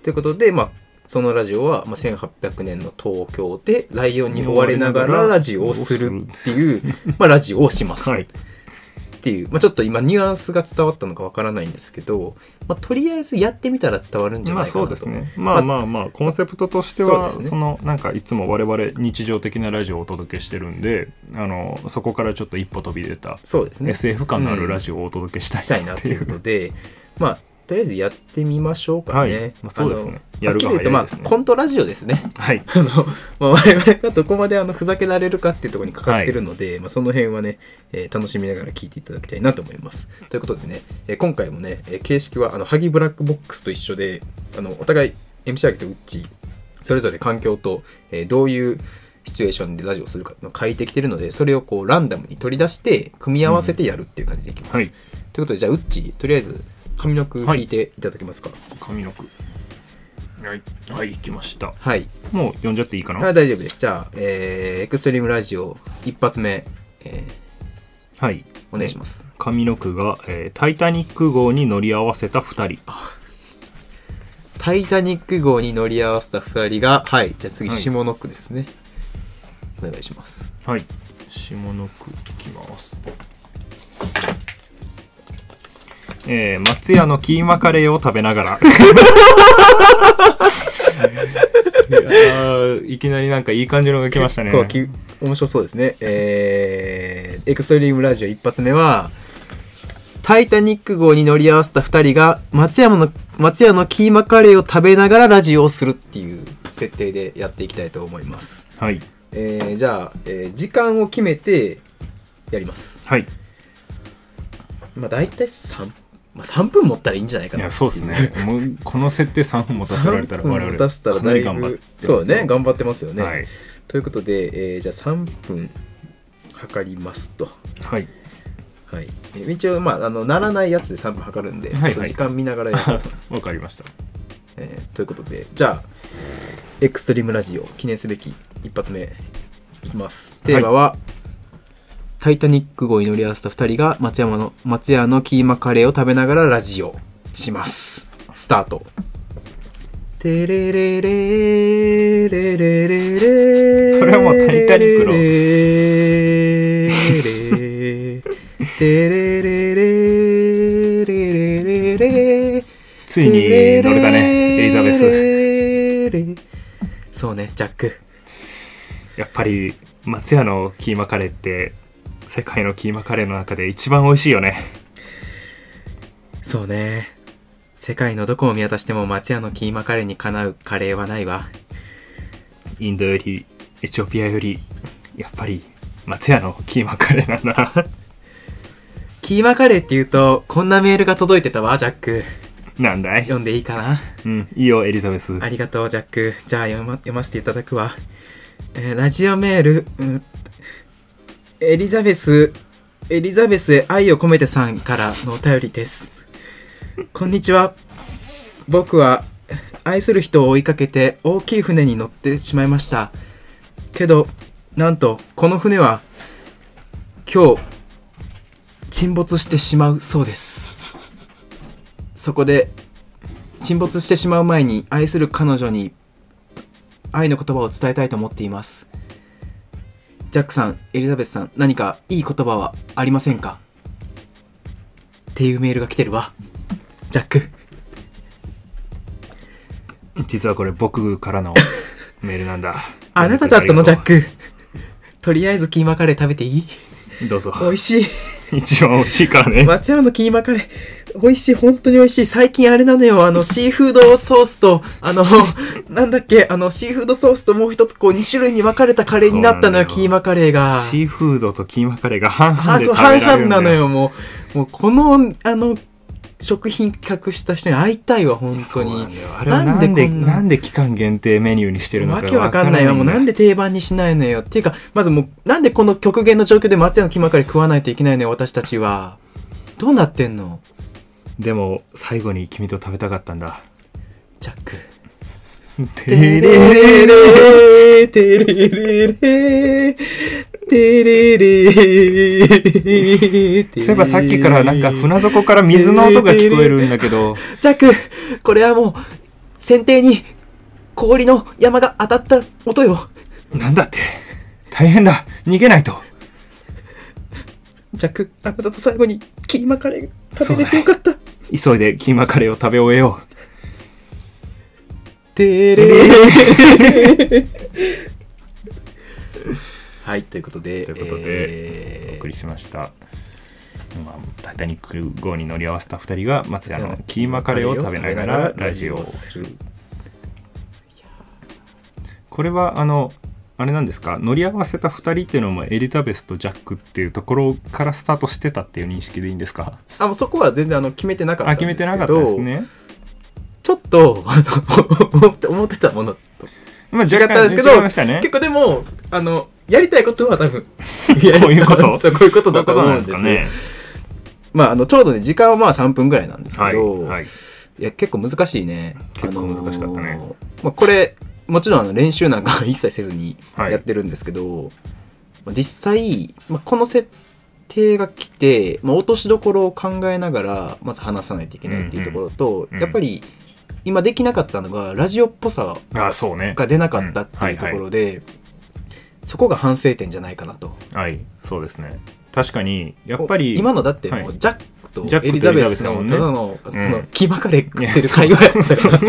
B: ということで、まあ、そのラジオは、まあ、1800年の東京でライオンに追われながらラジオをするって いう、まあ、ラジオをします
C: は
B: っ
C: い。
B: ていう、まあ、ちょっと今ニュアンスが伝わったのかわからないんですけど、まあ、とりあえずやってみたら伝わるんじゃ
C: ま
B: な
C: あ
B: いか
C: そ
B: な
C: うです
B: と。
C: ね。まあまあまあ、コンセプトとしては、
B: そう
C: そ,、
B: ですね
C: の、なんかいつも我々日常的なラジオをお届けしてるんで、あの、そこからちょっと一歩飛び出た、
B: そうですね。
C: SF 感のあるラジオをお届けし
B: した
C: たい
B: いな
C: なっ
B: っててい
C: いう
B: こ
C: う。
B: とで、まあ、とりあえずやってみましょうか
C: はい
B: ね。
C: まあそうですね
B: あの
C: やるが
B: はっきり言うと、ま
C: 早い
B: あ、
C: ですね
B: コントラジオですね。
C: はい。
B: あの、まあ、我々がどこまであのふざけられるかっていうところにかかってるので、まあ、その辺はね、えー楽しみながら聞いていただきたいなと思います。ということでね、えー今回もね、えー形式はあのハギブラックボックスと一緒で、あのお互い MC アギとウッチそれぞれ環境と、えーどういうシチュエーションでラジオをするかっていうのを変えてきてるので、それをこうランダムに取り出して組み合わせてやるっていう感じでいきます。
C: はい。
B: ということで、じゃあウッチとりあえず上の句弾いていただけますか。
C: 上の句。はい。はい、行きました。
B: はい
C: もう読んじゃっていいかな
B: あ大丈夫です。じゃあ、えーエクストリームラジオ一発目、え
C: はい。
B: ーお願いします。
C: 上の句が、えータイタニック号に乗り合わせた2人。
B: タイタニック号に乗り合わせた2人が、はい、じゃあ次、
C: はい
B: 下の句ですね。お願いします。
C: はい。下の句いきます。えー、松屋のキーマカレーを食べなが ら。いやーいきなりなんかいい感じのが来ましたね。
B: こうき面白そうですね。えーエクストリームラジオ一発目は、タイタニック号に乗り合わせた2人が松山の、松屋のキーマカレーを食べながらラジオをするっていう設定でやっていきたいと思います。
C: はい。
B: えーじゃあ、えー時間を決めてやります。
C: はい。
B: まあ大体3、まあ、3分持ったらいいんじゃないか
C: い
B: な。
C: や、そうですね。もうこの設定3分持たせられたら我
B: 3
C: 々
B: 分出せたら
C: かな
B: だい
C: り頑張
B: ぶ
C: ってます
B: そうね頑張ってますよね、
C: はい。
B: ということで、えーじゃあ3分測りますと、
C: はい。
B: はいえー一応まああのならないやつで3分測るんで、
C: はいはい
B: ちょっと時間見ながらやろうと、
C: わかりました。
B: えーということでじゃあエクストリームラジオ記念すべき一発目いきますテーマは、タイタニック号に乗り合わせた2人が松山の松屋のキーマカレーを食べながらラジオしますスタートテレレレレレレレ
C: それはもうタイタニックの
B: レレレテレレレレレレレ
C: ついに乗れたね、エリザベ
B: ベス。 そうね、ジャック。
C: ス。やっぱり、松屋のキーマカレーって、世界のキーマカレーの中で一番美味しいよね。
B: そうね。世界のどこを見渡しても松屋のキーマカレーにかなうカレーはないわ。
C: インドより、エチオピアより、やっぱり、松屋のキーマカレーなんだ な。
B: キーマカレーって言うと、こんなメールが届いてたわ、ジャック。
C: なんだい
B: 読んでいいかな
C: うん、いいよ、エリザベス。
B: ありがとう、ジャック。じゃあ読ま読ませていただくわ。えーラジオメール、うんエリザベス、エリザベスへ愛を込めてさんからのお便りです。こんにちは。僕は愛する人を追いかけて大きい船に乗ってしまいました。けど、なんとこの船は今日沈没してしまうそうです。そこで沈没してしまう前に愛する彼女に愛の言葉を伝えたいと思っていますジャックさんエリザベスさん何かいい言葉はありませんかっていうメールが来てるわジャック。
C: 実はこれ、僕からのメールなんだ
B: あなただったのジャッ
C: あり
B: クとりあえずキーマカレー食べて いい
C: がとう。どうぞ。
B: 美味しい
C: 一番美味しいからね。
B: 松山のキーマカレー美味しい本当に美味しい最近あれなのよあのシーフードソースとあ のなんだっけあのシーフードソースともう一つこう2種類に分かれたカレーになったのよ
C: そうなのよ
B: キーマカレーが
C: シーフードとキーマカレーが半々
B: あ
C: で
B: そう
C: 食べら
B: 半
C: れるんだ
B: 々なのよもうもうこのあの食品企画した人に会いたいわ本当
C: そう
B: に
C: なんだよあれはな
B: なん
C: ん
B: で
C: で
B: こ
C: なんん
B: な
C: で期間限定メニューにしてるのか
B: わけわかんないわもうなん
C: で
B: で定番にしないのよっていうかまずもうなんでこの極限の状況で松屋のキーマカレー食わないといけないのよ私たちはどうなってんの
C: でも最後に君と食べたかったん だ
B: ジャック
C: て
B: テレ
C: れ
B: レ
C: れれ
B: レテレレレテレレレ
C: そういえばさっきからなんか船底から水の音が聞こえるんだけど
B: ジャックこれはもう選定に氷の山が当たった音よ。
C: なんだって大変だ逃げないと
B: ジャック、あなたと最後にキーマカレーが食べれてよかった。
C: 急いでキーマカレーを食べ終えよう
B: てれーはい、ということで。
C: ということで
B: えー
C: お送りしました、まあ、タイタニック号に乗り合わせた2人が松屋のキーマカレーを食べながらラジオを
B: する
C: これはあのあれなんですか乗り合わせた2人っていうのもエリザベスとジャックっていうところからスタートしてたっていう認識でいいんですか
B: あもうそこは全然あの決めてなかった
C: あ
B: んで
C: 決
B: すけど
C: めてなかったですね、
B: ちょっとあの思って思ってたものと
C: まあ、
B: 違ったんですけど
C: 若干違いましたね
B: 結構でもあのやりたいことは多 分こ
C: ういうこ と
B: そうこういうことだと思うんです
C: そう
B: よ
C: いうことなんです
B: まああのちょうどね時間はまあ3分ぐらいなんです
C: か
B: け
C: ね
B: ど、
C: はい、はい、
B: いや結構難しいね
C: 結構難しかったね
B: あのーまあ、これもちろんあの練習なんか一切せずに
C: はい
B: やってるんですけど、まあ実際、まあ、この設定が来て、まあ、落としどころを考えながらまず話さないといけないっていうところと、
C: うんうん
B: やっぱり今できなかったのがラジオっぽさ
C: あそうね
B: が出なかったっていうところで、そこが反省点じゃないかなと
C: はいそうですね確かにやっぱり
B: 今のだっても
C: は
B: う
C: い
B: ジャックと
C: ジャックと
B: エリザベス
C: エ
B: のた
C: リザベス
B: だ
C: だ
B: の,、
C: ん
B: その
C: うん
B: キマカレー食ってる会話や ったか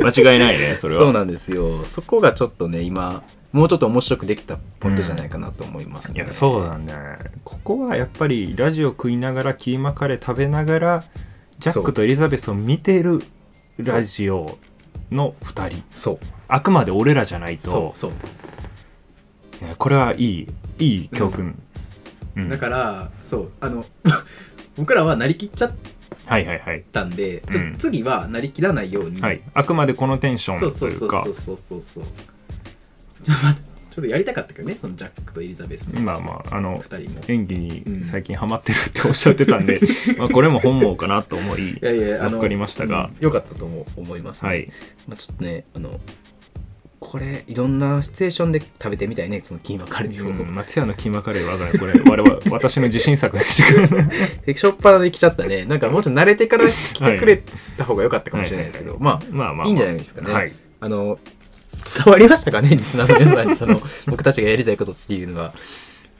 B: ら
C: 間違いないねそれは
B: そうなんですよそこがちょっとね今もうちょっと面白くできたポイントじゃないかなと思います
C: い
B: ね、
C: やそうなんだねここはやっぱりラジオ食いながらキーマカレー食べながらジャックとエリザベスを見てるラジオの2人
B: そう
C: あくまで俺らじゃない
B: そ
C: と
B: うそう、
C: いやこれはいいいい教訓、うん
B: だからそうあの 僕らはなりきっちゃっ
C: はいはいはい
B: たんで、ちょ
C: うん
B: 次はなりきらないように、
C: はいあくまでこのテンショ
B: そう
C: ン
B: そ
C: と
B: う
C: い
B: そうう
C: か
B: そうそうそうそうちょっと待ってちょっとやりたかったけどねそのジャックとエリザベスの
C: まあまああの
B: 2人も
C: 演技に最近ハマってるっておっしゃってた んで、まあこれも本望かなと思い
B: いやいやあの
C: わかりましたが
B: うんよかったと思う思います、ね
C: はい
B: まあ、ちょっとねあのこれいろんなシチュエーションで食べてみたいねそのキーマカレーを、
C: うん松屋のキーマカレーはだからこれ我々私の自信作でした から
B: でしょっぱなで来ちゃったね。なんかもうちょっと慣れてから来てくれた方が良かったかもしれないですけど、まあ、
C: まあまあまあ
B: いいんじゃないですかね。
C: はい
B: あの、伝わりましたかね、 リスナーの皆さんに、そ の、僕たちがやりたいことっていうのは、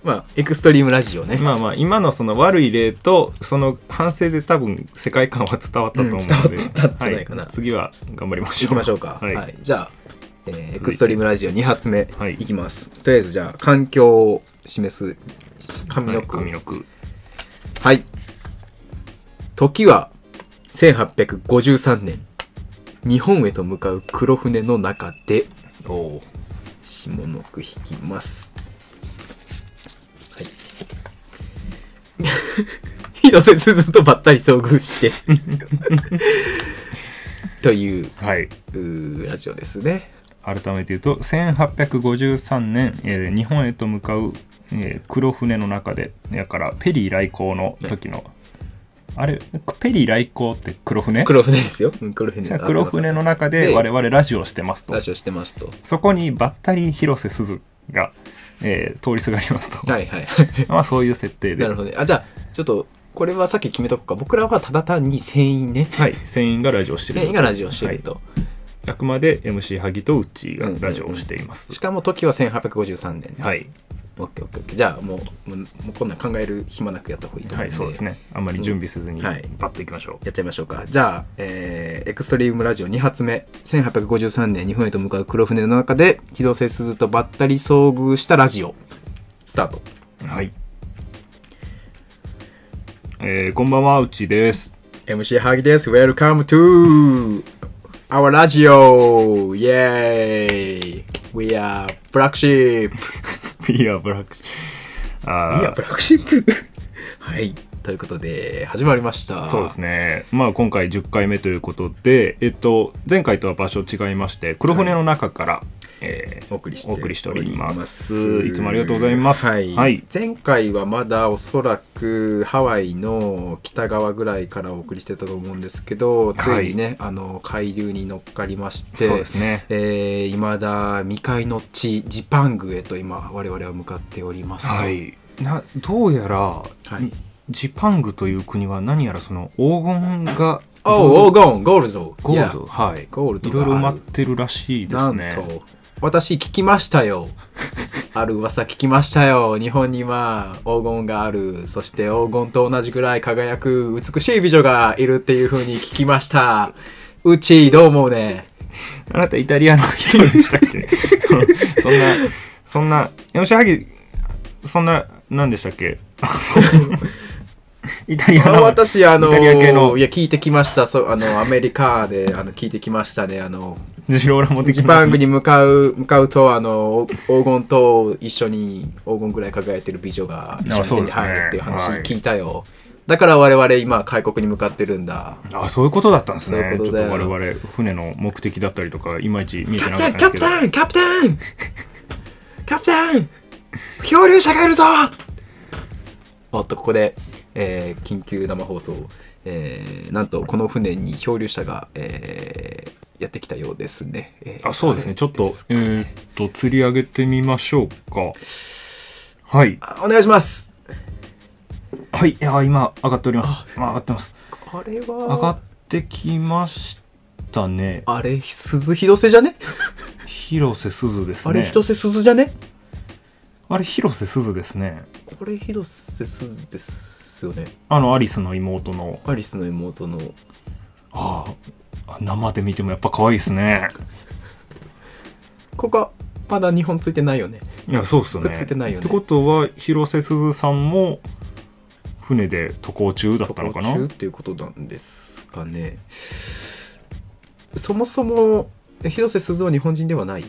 B: まあ、エクストリームラジオね。
C: まあまあ今のその悪い例とその反省で多分世界観は伝わったと思う
B: うん
C: ので、
B: 伝わったんじゃないかな
C: は次は頑張りましょう
B: 行きましょうか。
C: は、
B: はいい。
C: はい
B: じゃあ、えーエクストリームラジオ2発目、
C: はい
B: いきます。とりあえず、じゃあ、環境を示す上の句。
C: 上の句
B: はい。時は1853年。日本へと向かう黒船の中で
C: おお
B: 下の句引きます。はい。広瀬すずとばったり遭遇して という
C: はいう
B: ーラジオですね。
C: 改めて言うと1853年、えー日本へと向かう、えー黒船の中でだからペリー来航の時の、あれペリー来航って黒船
B: 黒船ですよ。うん黒船
C: じゃあ黒船の中で
B: で
C: 我々ラジオをしてますと
B: 話をしてますと。
C: そこにばったり広瀬すずが、えー通りすがりますと、
B: はいはい。
C: まあそういう設定で
B: なるほどね。あ、じゃあ、ちょっと、これはさっき決めとこうか。僕らはただ単に船員 ね。
C: はい、船員がラジオしてる
B: 全員がラジオしてると、
C: あくまで MC 萩とウッチーがラジオをしています、
B: しかも時は1853年ね、
C: はい、
B: オッケーオッケーオッケーじゃあもうもうもうこんなん考える暇なくやった方がいいと思う
C: は
B: ん
C: い、
B: で,、
C: そうですねあんまり準備せずに
B: うん
C: パ
B: はい
C: ッといきましょ
B: やっちゃいましょうかじゃあ、えーエクストリームラジオ2発目1853年日本へと向かう黒船の中で広瀬すずとばったり遭遇したラジオスタート
C: うはい、えーこんばんはウッチーです
B: MC ハギです Welcome to our radio Yay We are black sheep
C: いやブラックあ
B: い
C: ー
B: やブラックシップはいということで始まりました
C: そうですねまあ今回10回目ということでえっと前回とは場所違いまして黒船の中から、えー
B: お送りして
C: お送りしておりますいつもありがとうございます
B: はい、
C: はい
B: 前回はまだおそらくハワイの北側ぐらいからお送りしてたと思うんですけど、ついにねあの海流に乗っかりまして
C: そうですね
B: えー、未だ未開の地ジパングへと今我々は向かっておりますと
C: はいなどうやら、
B: はい
C: ジパングという国は何やらその黄金が
B: おうおう、ゴーン、ゴールド。
C: ゴールド、
B: いや
C: はい。
B: ゴールド
C: いろいろ埋
B: が
C: ま
B: あ
C: っ
B: る
C: てるらしいで
B: な
C: す
B: ん
C: ね。
B: と、私聞きましたよ。 ある噂聞きましたよ。日本には黄金がある。そして黄金と同じぐらい輝く美しい美女がいるっていう風に聞きました。うち、どう思う ね。
C: あなたイタリアの人でしたっけ そそんな、そんな、吉萩、そんな、なんでしたっけ イタリア
B: あ
C: の。
B: 私、あの
C: イタリア系の
B: いや、聞いてきました。そう、あの、アメリカで、あの、聞いてきましたね。あの、
C: ジローラモ的
B: ジパングに向かう、 向かうと、あの、お黄金と一緒に、黄金ぐらい輝いてる美女が一
C: あ
B: 緒
C: そう
B: に手に
C: ですね
B: 入るっていう話
C: はい
B: 聞いたよ。だから我々今、開国に向かってるんだ。
C: あ、そういうことだったんですね。
B: そういうことだよ
C: ちょっと我々、船の目的だったりとか、いまいち見えて
B: キャ
C: な
B: プ
C: か
B: テ
C: っ
B: ン、キ
C: た
B: ャ
C: ん
B: プテ
C: ですけど。
B: ン、キャプテンキャプテン漂流者がいるぞおっと、ここで、えー緊急生放送。えーなんと、この船に漂流者が、えーやってきたようですね。えー
C: あ、そうですね。ちょっと、
B: で
C: え
B: す
C: ーっと、釣り上げてみましょうか。はい。
B: あお願いします
C: はい。いや、今、上がっております。まあ上がってます。
B: これは、
C: 上がってきましたね。
B: あれ、鈴広瀬じゃね
C: 広瀬すずです
B: あ
C: ね。
B: れ、広瀬鈴じゃね
C: あれ、広瀬すずですね。
B: これ、広瀬鈴ですよね。
C: あの、アリスの妹の。
B: アリスの妹の。
C: ああ、生で見てもやっぱ可愛いですね。
B: ここは、まだ日本ついてないよね。
C: いや、そうっすよね。
B: くっついてないよね
C: ってことは、広瀬すずさんも、船で渡航中だったのかな
B: 途中っていうことなんですかね。そもそも、え広瀬鈴は日本人ではない。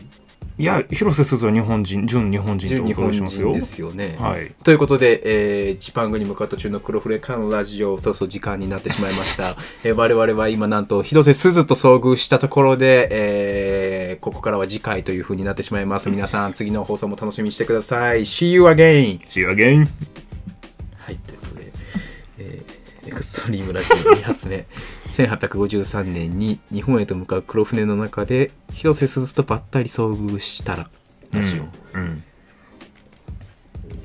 C: いや、広瀬すずは日本人、純日本人
B: 純
C: とお
B: 日
C: 伺
B: 本
C: いしますよ。
B: 人ですよね。
C: はい。
B: ということで、えージパングに向かう途中の黒フレカのラジオ、そろそろ時間になってしまいました。 えー我々は今なんと、広瀬すずと遭遇したところで、えーここからは次回という風になってしまい ます。皆さん、次の放送も楽しみにしてください。See you again!
C: 仕上げん。
B: はい、ということで、えーエクストリームラジオ2発目、1853年に日本へと向かう黒船の中で、広瀬すずとばったり遭遇したら、ラジオ。い
C: うん。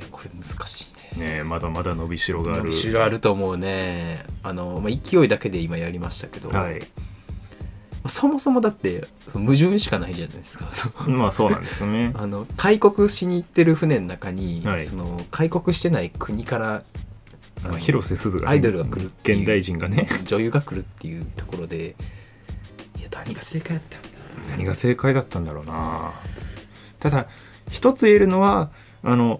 B: やこれ難しいね。
C: ねえまだまだ伸びしろがある。
B: 伸びしろあると思うねあの、まあ、勢いだけで今やりましたけど、
C: はい。
B: そもそもだって矛盾しかないじゃないです かそう
C: まあ、そうなんですよね。
B: あの開国しに行ってる船の中に、
C: はい
B: その開国してない国から あ
C: ま
B: の
C: あ、広瀬すずが、
B: アイドルが来るっていう
C: 現代人がね。
B: 女優が来るっていうところでいや何が正解だったんだ
C: 何が正解だったんだろうなただ一つ言えるのはあの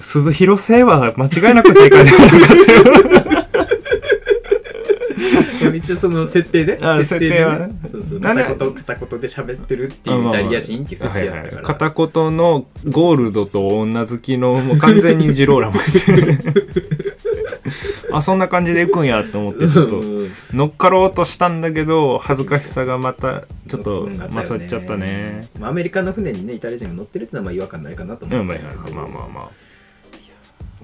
C: 鈴広瀬は間違いなく正解ではなかっ
B: いや一応その設定ね
C: あ
B: 設定でね
C: 設定は
B: そうそう
C: なんで
B: 片言片言で喋ってるって
C: た
B: いうイタリア人っていう設定や
C: は
B: っ
C: い
B: た
C: はい
B: から
C: 片言のゴールドと女好きのもう完全にジローラもいて あそんな感じでいくんやと思ってちょっと
B: うん
C: 乗っかろうとしたんだけど恥ずかしさがまたちょっと
B: うんあたよ
C: 勝っちゃったね。
B: まあ、アメリカの船にね、イタリア人が乗ってるってのはまあ違和感ないかなと
C: う
B: 思
C: ん
B: っ
C: まあ
B: たんだけど
C: まあまあまあ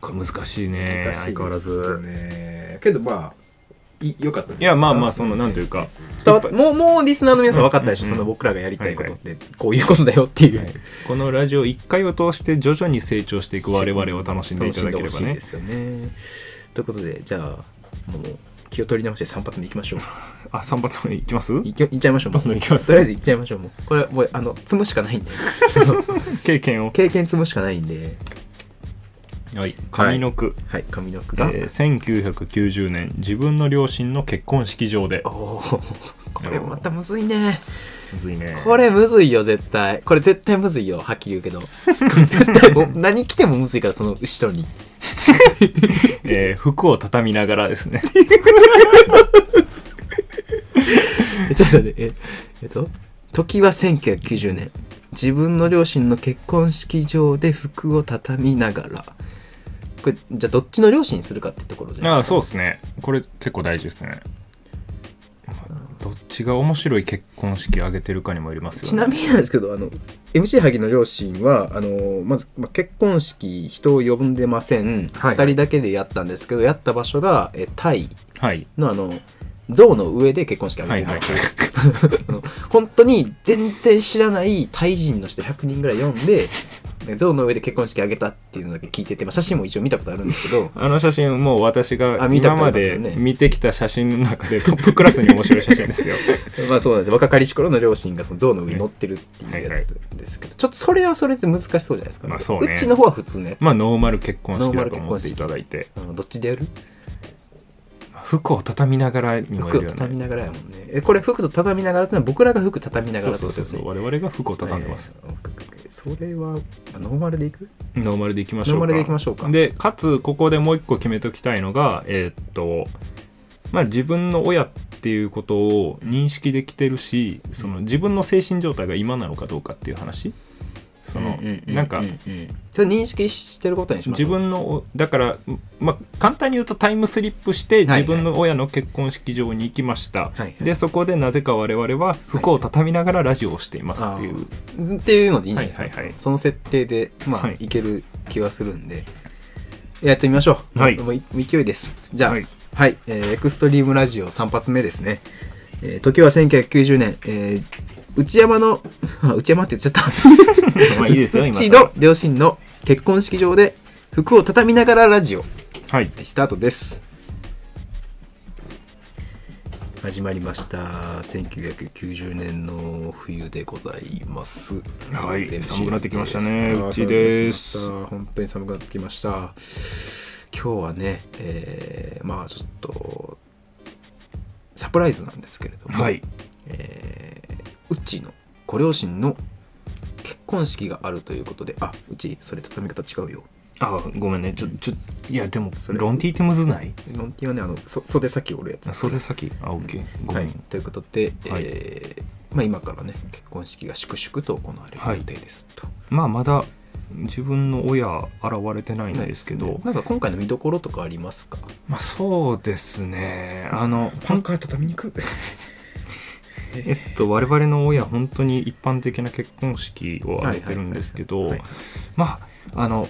C: これ難しいね
B: 難しい
C: 相変わ
B: で
C: らず
B: す。ね。けどまあ、い良かったん
C: い
B: じゃな
C: や
B: ですか
C: まあまあそのなんというか
B: 伝わっもう、もうリスナーの皆さん分かったでしょ、
C: うん
B: その僕らがやりたいことって、こういうことだよっていう。
C: このラジオ1回を通して徐々に成長していく我々を楽しんでいただけれ
B: 楽
C: ば
B: しんでほしい
C: ね
B: ですよね。ということで、じゃあ、もう気を取り直して3発目いき ましょう。
C: あ3発目いきます
B: いきいっちゃいましょう。もう
C: どんどんいきます
B: とりあえずいっちゃいましょう。もうこれ、もう、あの、積むしかないんで。
C: 経験を
B: 経験積むしかないんで。
C: はい上の句、
B: はい、上の句が。
C: えー1990年自分の両親の結婚式場で
B: おお これまたむずいね。
C: むずいね
B: これむずいよ絶対これ絶対むずいよはっきり言うけどこれ絶対 もう何着てもむずいからその後ろに
C: えー服を畳みながらです ね
B: えちょっと待ってええっと時は1990年自分の両親の結婚式場で服を畳みながらこれじゃあどっちの両親にするかってところじゃない
C: あ
B: で
C: あ
B: す
C: そうですねこれ結構大事ですねどっちが面白い結婚式挙げてるかにもよりますよ、ね、
B: ちなみになんですけどあの MC 萩の両親はあのまず、まあ、結婚式人を呼んでません、二
C: はい
B: 2人だけでやったんですけどやった場所がえタイ
C: はい
B: のあの像の上で結婚式挙げてます、
C: はい
B: あの本当に全然知らないタイ人の人100人ぐらい読んで象の上で結婚式あげたっていうのだけ聞いてて、まあ、写真も一応見たことあるんですけ ど
C: あの写真もう私が
B: あ見た
C: 今
B: ことあ
C: ま
B: ります
C: で
B: よね
C: 見てきた写真の中でトップクラスに面白い写真ですよ
B: まあそうなんです若かりし頃の両親がその象の上に乗ってるっていうやつですけど、ちょっとそれはそれで難しそうじゃないですか、
C: まあそうね
B: っちの方は普通のやつ、
C: まあノーマル結婚式だと思っていただいて
B: あのどっちでやる
C: 服を畳みながらにもい
B: 服を
C: るよ
B: 畳み
C: ね
B: ながらやもんねえこれ服と畳みながらってのは僕らが服畳みなが
C: そう
B: らってこ
C: そう
B: とです
C: そうそ
B: ね
C: う我々が服を畳んでます、
B: えーそれはあノーマルでいく
C: ノーマルでいきましょう
B: ノ
C: か
B: ーマルでいきましょうか
C: でかつここでもう一個決めときたいのがえーっとまあ自分の親っていうことを認識できてるしその自分の精神状態が今なのかどうかっていう話その、
B: ううう
C: なんか、
B: うそれ認識してることにしまし
C: 自
B: ょう
C: 分のだから、まあ、簡単に言うとタイムスリップして
B: はい
C: 自分の親の結婚式場に行きました、
B: いはい
C: でそこでなぜか我々は服を畳みながらラジオをしていますっていう、
B: っていうのでいいんじゃないですか、
C: はいはいはい
B: その設定でまあ、
C: はい
B: い、ける気はするんでやってみましょう、
C: はい
B: もう勢いですじゃあ
C: は
B: はいい、えーエクストリームラジオ3発目ですね、えー時は1990年、えー内山の あ内山って言っちゃった
C: まあいいですよ
B: う
C: 今
B: ちの両親の結婚式場で服を畳みながらラジオ
C: はい
B: スタートです始まりました1990年の冬でございます
C: はい
B: MC
C: 寒くなってきましたね
B: あー
C: うちです
B: 寒くなってきました本当に寒くなってきました今日はね、えーまあちょっとサプライズなんですけれども、
C: はい
B: えーうちのご両親の結婚式があるということであうちそれ畳み方違うよ
C: あごめんねちょちょいやでも
B: それ
C: ロンティーってむずない
B: ノンティはねあのそ袖先折るやつ
C: 袖先あオッケーご
B: は
C: め
B: い
C: ん、、
B: ということで、
C: はい
B: えーまあ、今からね結婚式が粛々と行われ
C: はい
B: る予定ですと、
C: まあまだ自分の親現れてないんですけど、
B: ねなんか今回の見どころとかありますか
C: まあそうですねあの
A: パンカー畳みに行く
C: えっと我々の親本当に一般的な結婚式を挙げてるんですけ
B: はい
C: ど
B: はいはい
C: まああの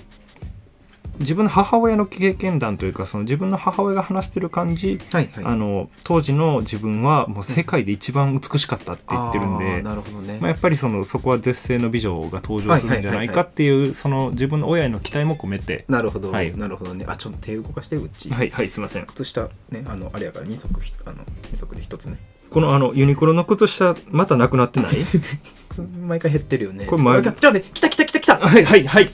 C: 自分の母親の経験談というかその自分の母親が話してる感じ、
B: はいはい
C: あの当時の自分はもう世界で一番美しかったって言ってるん
B: あー
C: で。
B: なるほどね、
C: まあ、やっぱりそのそこは絶世の美女が登場するんじゃないかっていうその自分の親への期待も込めて
B: なるほど、
C: はい
B: なるほどねあちょっと手動かしてうち、
C: はいはいすいません
B: 靴下ねあのあれやから2足ひあの二足で1つね
C: このあのユニクロの靴下またなくなってない
B: 毎回減ってるよね
C: これ毎
B: あちょっと待って来た来た来た来た
C: はいはいはい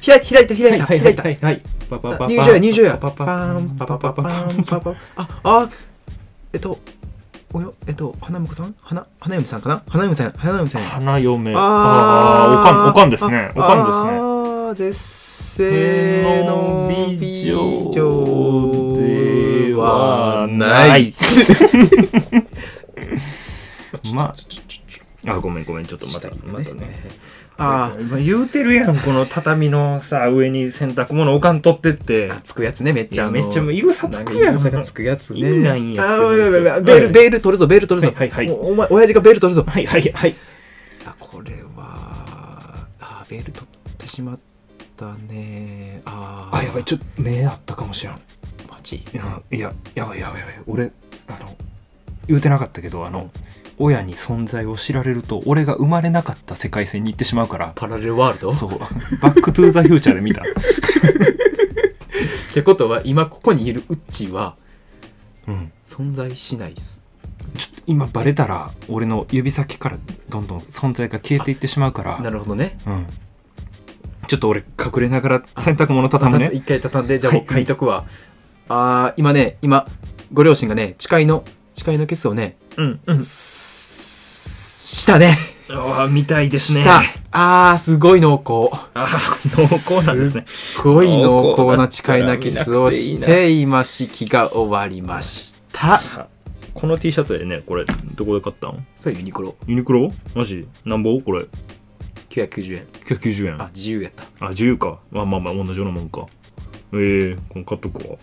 B: 開いた開いた
C: は
B: 開
C: い
B: いた
C: は
B: 開い
C: いはい
B: た
C: はいはいパパパパ
B: 入場や入場や
C: パ
B: パ
C: パ
B: ーンパパパパーンパパああえっとおよえっと花婿さん花花嫁さんかな花嫁さん花嫁さんや
C: 花嫁あー
B: あー
C: おかんおかんですねおかんです
B: あー
C: ね
B: 絶世の美女では ない
C: まああごめんごめんちょっとまたまたね
B: あー
C: 今言うてるやんこの畳のさ上に洗濯物おかん取ってって
B: あつくやつねめっちゃあの
C: いやめっちゃもういぐさつくや
B: なんかい
C: ん
B: ぐさがつくやつね
C: 意味ないんや
B: あーおいおいおいおいベー
C: はい
B: ルベール取るぞベール取るぞ
C: はいはいはい
B: おお前親父がベール取るぞ
C: はいはいはい
B: あこれはあベール取ってしまったねあー
C: あやばいちょっと目あったかもしれんい
B: マジ
C: やいややばいやばいやばい俺あの言うてなかったけどあの親に存在を知られると俺が生まれなかった世界線に行ってしまうから
B: パラレルワールド
C: そうバックトゥーザフューチャーで見た
B: ってことは今ここにいるウッチは
C: うん
B: 存在しないっす
C: ちょっと今バレたら俺の指先からどんどん存在が消えていってしまうから
B: なるほどね
C: うん、ちょっと俺隠れながら洗濯物畳む
B: たた
C: ね
B: 一回畳んでじゃあ
C: はい
B: 僕書いとくわ、あー今ね今ご両親がね誓いの誓いのキスをね
C: うんうん
B: すしたね
C: ああ見たいですね
B: したあーすごい濃厚
C: あー濃厚なんですね
B: すごい濃厚な誓いなキスをして今式が終わりました
C: この T シャツでねこれどこで買ったん
B: それユニクロ
C: ユニクロマジなんぼこれ
B: 990円
C: 990円
B: あ
C: あ
B: 自由やった
C: 自由かまあまあまあ同じようなもんかええー、この買っとくわ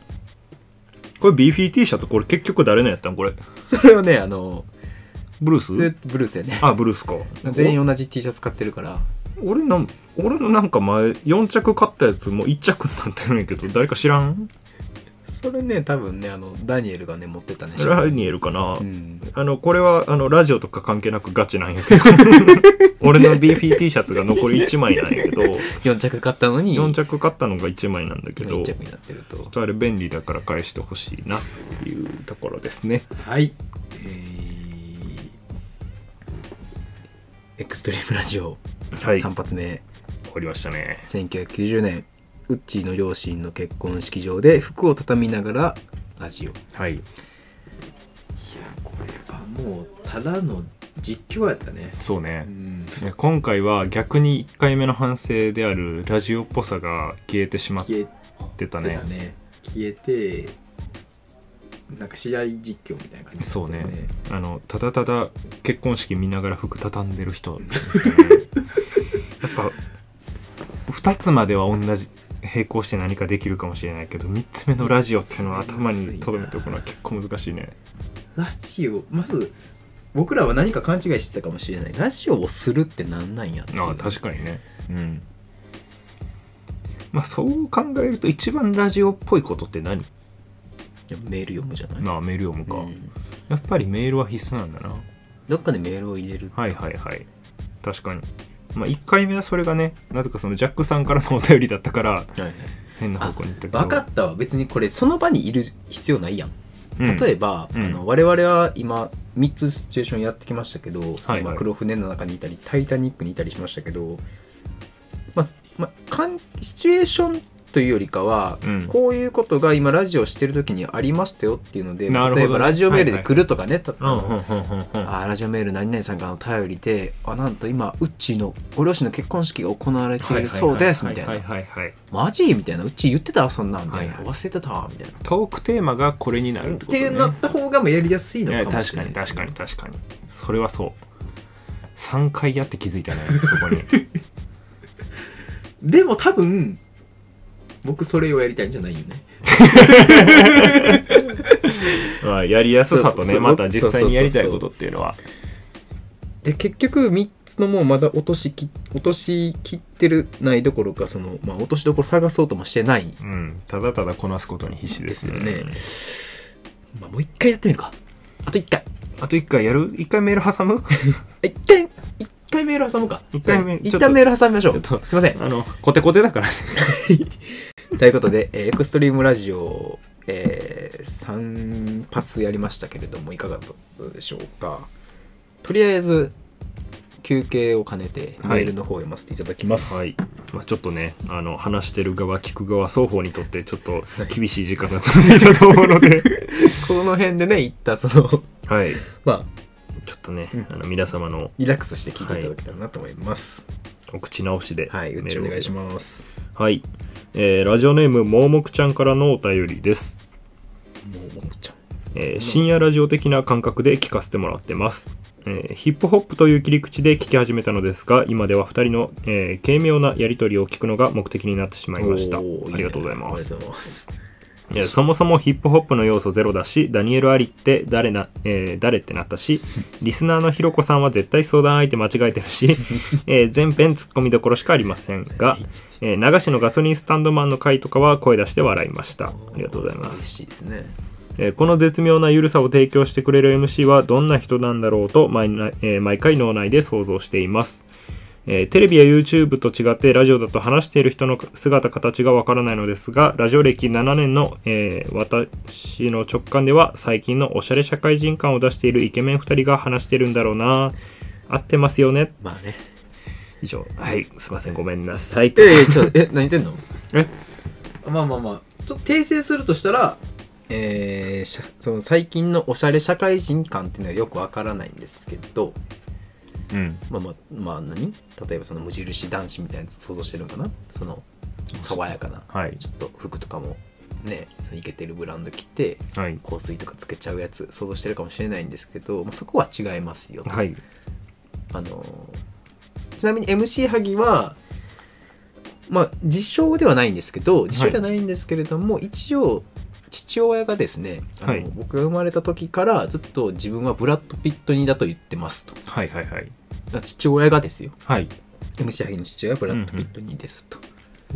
C: これ BFT シャツこれ結局誰のやったんこれ
B: それはねあの
C: ブルー
B: それ
C: ス
B: ブルースやね
C: あブルースか
B: 全員同じ T シャツ買ってるから
C: お俺なん俺のなんか前4着買ったやつもう1着になってるんやけど誰か知らん
B: これね多分ねあのダニエルがね持ってたね
C: ラニエルかな、
B: うん
C: あのこれはあのラジオとか関係なくガチなんやけど俺の BFT シャツが残り1枚なんやけど
B: 4着買ったのに
C: 4着買ったのが1枚なんだけ
B: 今
C: ど
B: 1
C: ちょ
B: 着になってると
C: っとあれ便利だから返してほしいなっていうところですね
B: はいえー、エクストリームラジオ
C: はい
B: 3発目、
C: 終わりましたね
B: 1990年ウッチーの両親の結婚式場で服を畳みながらラジオ
C: はい
A: これはもうただの実況やったね
C: そうね
A: うん
C: いや今回は逆に1回目の反省であるラジオっぽさが消えてしまっ
A: 消え
C: てた
A: て
C: ね
A: たね消えてなんか試合実況みたいな感じ
C: そうねあのただただ結婚式見ながら服畳んでる人 やっぱ2つまでは同じ並行して何かできるかもしれないけど3つ目のラジオっていうのは頭に留めておくのは結構難しいね
B: ラジオまず僕らは何か勘違いしてたかもしれないラジオをするってなんなんやっていう
C: ああ確かにねうんまあそう考えると一番ラジオっぽいことって何
B: でもメール読むじゃない、
C: まあメール読むか、
B: うん
C: やっぱりメールは必須なんだな
B: どっかでメールを入れる
C: はいはいはい確かにまあ1回目はそれがねなぜかそのジャックさんからのお便りだったから
B: はいはい
C: 変な方向に行ったけど
B: 分かったわ別にこれその場にいる必要ないやん
C: うん
B: 例えば、
C: うん
B: あの我々は今3つシチュエーションやってきましたけど、そのまあ
C: はい
B: 黒船の中にいたり「タイタニック」にいたりしましたけど、まあまあ、かんシチュエーションというよりかは、
C: うん
B: こういうことが今ラジオしてる時にありましたよっていうので、
C: なるほど
B: 例えばラジオメールで来るとかね、た
C: うん
B: あ
C: うん
B: の
C: うんうんうん
B: あーラジオメール何々さんからの頼りであなんと今ウッチーのご両親の結婚式が行われているそうですみたい
C: は
B: な
C: ははいはいはい
B: マジみたいなウッチー言ってたそんなんみたいな、
C: はいはい
B: 忘れてたみたいな
C: トークテーマがこれになるって
B: っ
C: ことね
B: てなった方がまあやりやすいの
C: いや
B: かもしれ
C: 確
B: ない
C: かに
B: です
C: 確
B: ね
C: かに確かにそれはそう3回やって気づいたねそこに
A: でも多分僕それをやりたいんじゃないよね
C: まあやりやすさ
B: そ
C: と
B: うそ
C: ね
B: う
C: また実際にやりたいことっていうのは
B: で結局3つのもまだ落としき落としきってるないどころかその、まあ、落としどころ探そうともしてない
C: うんただただこなすことに必死で
B: ですすよね、まあ、もう一回やってみるかあと1回
C: あと1回やる1回メール挟 む
B: 1回一回メール挟もうか
C: 一回メール
B: 一
C: ちょっと
B: 旦メール挟みましょう
C: ちょっと
B: すいません
C: あのコテコテだからね
B: ということで、えーエクストリームラジオ、え3発やりましたけれどもいかがだったでしょうかとりあえず休憩を兼ねてメールの方を読ませていただきます、
C: はい、まあ、ちょっとねあの話してる側聞く側双方にとってちょっと厳しい時間が続いたと思うので
B: この辺でね一旦その
C: はい
B: まあ
C: ちょっとね、
B: うん
C: あの皆様の
B: リラックスして聞いていただけたらなと思います。
C: お口直しで
B: はい、うっちお願いします。
C: すはい、えーラジオネームもうもくちゃんからのお便りです、
B: もう、ももちゃん。
C: えー深夜ラジオ的な感覚で聞かせてもらってますえーヒップホップという切り口で聞き始めたのですが今では2人の、えー軽妙なやり取りを聞くのが目的になってしまいましたあ
B: おー
C: りがとうございます
B: ありがとうございます。
C: いやそもそもヒップホップの要素ゼロだしダニエル・アリって誰な、えー誰ってなったしリスナーのひろこさんは絶対相談相手間違えてるし、えー全編ツッコミどころしかありませんが、えー流しのガソリンスタンドマンの回とかは声出して笑いましたありがとうございま
B: 嬉
C: す、
B: しいですね。
C: えーこの絶妙なゆるさを提供してくれる MC はどんな人なんだろうと毎,、えー毎回脳内で想像していますえーテレビや YouTube と違ってラジオだと話している人の姿形がわからないのですがラジオ歴7年の、えー私の直感では最近のおしゃれ社会人感を出しているイケメン2人が話してるんだろうな合ってますよね
B: まあね。
C: 以上はいすいませんごめんなさい
B: ええちょ、え、何言ってんの
C: え
A: まあまあまあちょっと訂正するとしたら
B: えー、しゃその最近のおしゃれ社会人感っていうのはよくわからないんですけど、
C: うん
B: まあまあ、まあ何例えばその無印男子みたいなやつ想像してるのかなその、爽やかな、
C: はい
B: ちょっと服とかも、ね、そのイケてるブランド着て、
C: はい
B: 香水とかつけちゃうやつ想像してるかもしれないんですけど、まあ、そこは違いますよと
C: はい
B: あのーちなみに MC 萩はまあ自称ではないんですけど自称ではないんですけれども、一応父親がですねあの、
C: はい
B: 僕が生まれた時からずっと自分はブラッド・ピットにだと言ってますと
C: はいはいはい
B: 父親がですよ
C: はい
B: MC 萩の父親はブラッド・ピットにですと、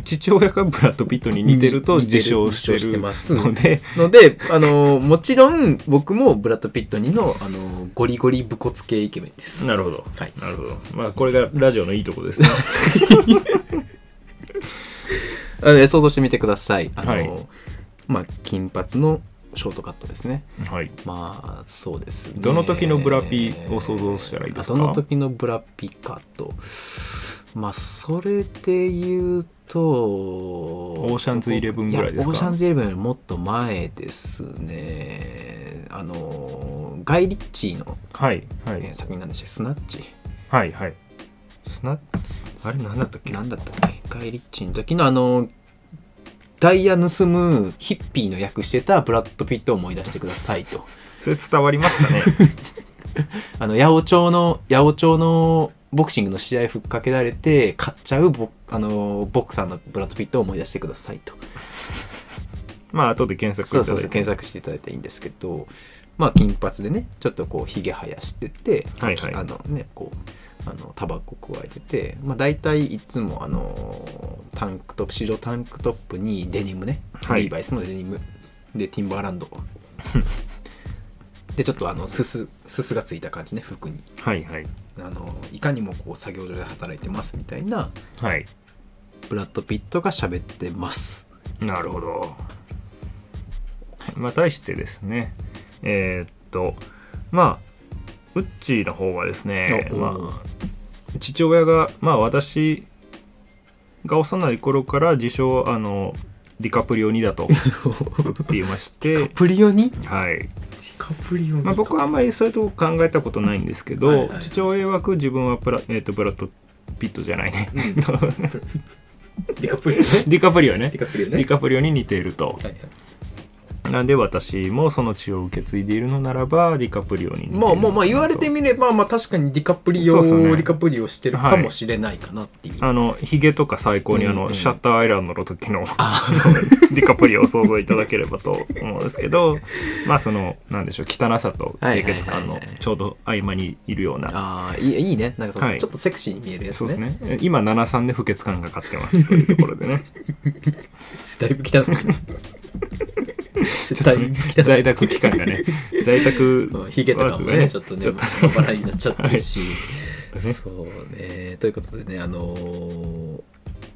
C: 父親がブラッド・ピットに似てると
B: 似てる
C: 自称して
B: 自称して
C: る
B: ます
C: ので、
B: ので、あのもちろん僕もブラッド・ピットにの、あのゴリゴリ武骨系イケメンです。
C: なるほど、
B: はい
C: なるほどまあこれがラジオのいいとこですね
B: あの想像してみてください。あの
C: はい
B: まあ、金髪のショートカットですね。
C: はい
B: まあ、そうです、ね。
C: どの時のブラピを想像したらいいですか
B: どの時のブラピかと。まあ、それで言うと、オ
C: ーシャンズイレブンぐらいですか
B: オーシャンズイレブンよりもっと前ですね。あの、ガイ・リッチーの、
C: はいは
B: え
C: い
B: ー作品なんでしたっけスナッチ。
C: はいはいスナあれ何だったっけ
B: なんだったっけガイ・リッチーの時のあの、ダイヤ盗むヒッピーの役してたブラッド・ピットを思い出してくださいと。
C: それ伝わりますかね
B: あの八百長の八百長のボクシングの試合ふっかけられて買っちゃうボあのボクサーのブラッド・ピットを思い出してくださいと
C: まあ後で検
B: そ
C: 索
B: う
C: いた
B: そう
C: だ
B: そう
C: いて
B: 検索していただいていいんですけどまあ金髪でねちょっとこうひげ生やしてて、
C: はいはい
B: あのねこうあのタバコ加えてて、まあ、大体いつもあのタンクトップ白タンクトップにデニムね、
C: はい
B: リーバイスのデニムでティンバーラ ンドでちょっとあのすすすすがついた感じね服に
C: はいはい
B: あのいかにもこう作業所で働いてますみたいな
C: はい
B: ブラッド・ピットが喋ってます
C: なるほど
B: はい。
C: まあ、対してですね、えーっと、まあ、ウッチーの方はですね、
B: おお
C: まあ、父親が、まあ、私が幼い頃から自称、あの、ディカプリオにだとって言いま して、
B: プリオに
C: はい。
A: カプリオ
C: まあ、僕はあんまりそういうとこ考えたことないんですけど、
A: はいはいはい
C: 父親曰く自分はプラ、えーっと、ブラッド・ピットじゃないね。
A: ディカ プリオね
C: ディカプリオね
A: デ。ィカプリオ
C: ディ
A: ね
C: カプリオに似ていると。
A: はいはい
C: なんで私もその血を受け継いでいるのならばディカプリオに似てるの
B: まあ
C: かなと
B: まあまあ言われてみれば、まあ、確かにディカプリオ
C: そうっすね
B: ディカプリオしてるかもしれないかなっていう、
C: あのヒゲとか最高にあの、
B: うんうん
C: シャッターアイランドの時の ディカプリオを想像いただければと思うんですけどまあそのなんでしょう汚さと清潔感
B: はい
C: の
B: はいはいはい
C: ちょうど合間にいるような
B: ああいいいいねなんかそう、
C: はい
B: ちょっとセクシーに見えるやつ
C: そう
B: ね
C: ですね今73で不潔感が勝ってますというところ でね
B: だいぶ汚 いだいぶ汚い
C: 在宅期間がね在宅
B: うんヒゲとかも
C: ワークが
B: ね、ちょっとね、バラバラになっちゃってるし。
C: ね
B: そうね。ということでね、あのー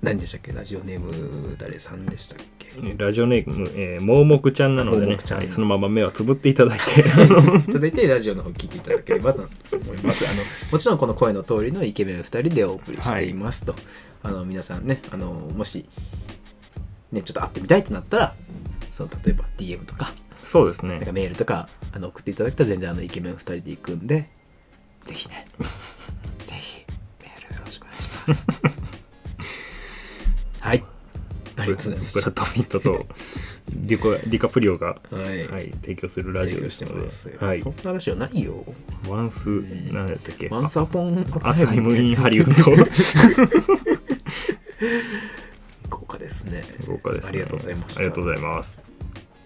B: 何でしたっけラジオネーム、誰さんでしたっけ
C: ラジオネーム、えー、盲目ちゃんなので
B: 盲
C: ね
B: 目ちゃん
C: はいそのまま目をつぶっていただい てあの
B: いただいて、ラジオの方聞いていただければと思います。あの、もちろんこの声の通りのイケメン2人でお送りしていますと。あの、皆さんね、あの、もし、ね、ちょっと会ってみたいってなったら、その例えば DM とか、
C: そうです
B: なんか
C: ね
B: メールとかあの送っていただいたら全然あのイケメン2人で行くんでぜひ ねぜひメールよろしくお願いしますはいありがとうございま
C: ブラッド・ピットとディコディカプリオが
B: すはい、
C: はい、提供するラジオ
B: 提供
C: でし
B: したて
C: ので
B: ます、、
C: はい
B: そん、な話はないよ
C: ワンス、なんだったっけ、
B: ワンサポン
C: アタイムインハリウッ
B: 豪華ですね
C: ド、豪華です、ね。
B: ありがとうございました
C: ありがとうございます。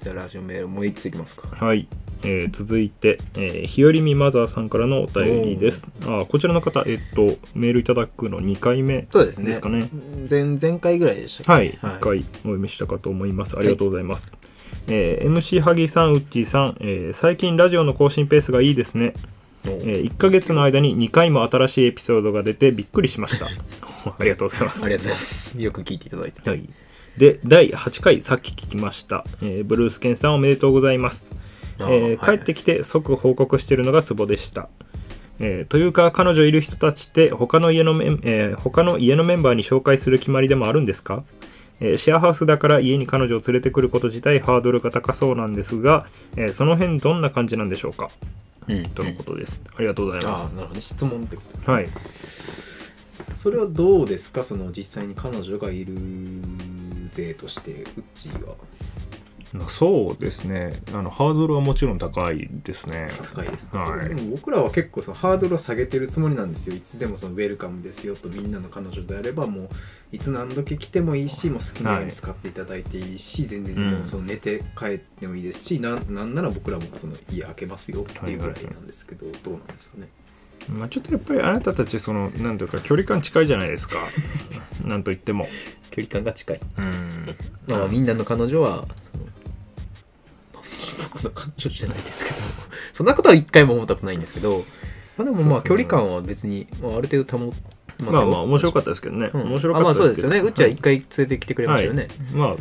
B: じゃあラジオメールもう一ついきますか
C: はい、えー続いて、えーひよりみマザーさんからのお便りです。あーこちらの方、えっと、メールいただくの2回目
B: そうですね
C: ですかね。
B: 前前回ぐらいでしたっけ
C: はい、
B: は
C: 1回お読みしたかと思います。ありがとうございます。えー MC 萩さん、ウッチーさん、えー最近ラジオの更新ペースがいいですね。
B: お
C: えー1ヶ月の間に2回も新しいエピソードが出てびっくりしました。 ありがとうございます
B: あ。りがとうございますよく聞いていただいて
C: はい、で第8回さっき聞きました、えーブルース・ケンさんおめでとうございます、え
B: あ
C: ー
B: ーはい
C: 帰ってきて即報告してるのがツボでした、えーというか彼女いる人たちって他の家のメン、えー他の家のメンバーに紹介する決まりでもあるんですかえーシェアハウスだから家に彼女を連れてくること自体ハードルが高そうなんですが、えーその辺どんな感じなんでしょうか
B: うん
C: とのことです。ありがとうございま
B: ああ
C: す。
B: なるほどね質問ってこと
C: はい。
A: それはどうですかその実際に彼女がいる勢としてうっちーは
C: まあそうですね。あの、ハードルはもちろん高いですね。
A: 高いですね、
C: はい
A: でも僕らは結構そのハードルを下げてるつもりなんですよいつでもそのウェルカムですよとみんなの彼女であればもういつ何時来てもいいしもう好きなように使っていただいていいし、全然もうその寝て帰ってもいいですし、なん、なんなら僕らもその家開けますよっていうぐらいなんですけど、どうなんですかね
C: ま あ、ちょっとやっぱりあなたたちそのなんていうか距離感近いじゃないですかなんといっても
B: 距
A: 距
B: 離感が近い、
C: うん
B: まあ、みんなの彼女はその、まあ、僕の彼女じゃないですけどそんなことは一回も思ったことないんですけど、まあ、でもま
C: そうっ
B: あ
C: すね
B: 距離感は別に、まあ、ある程度保ってま
C: まあまあ面白か
B: っ
C: ったですけどね、
B: うん
C: 面白かった
B: あまあそうです
C: けど
B: よねうちは一回連れてきてくれましたよね、
C: まあ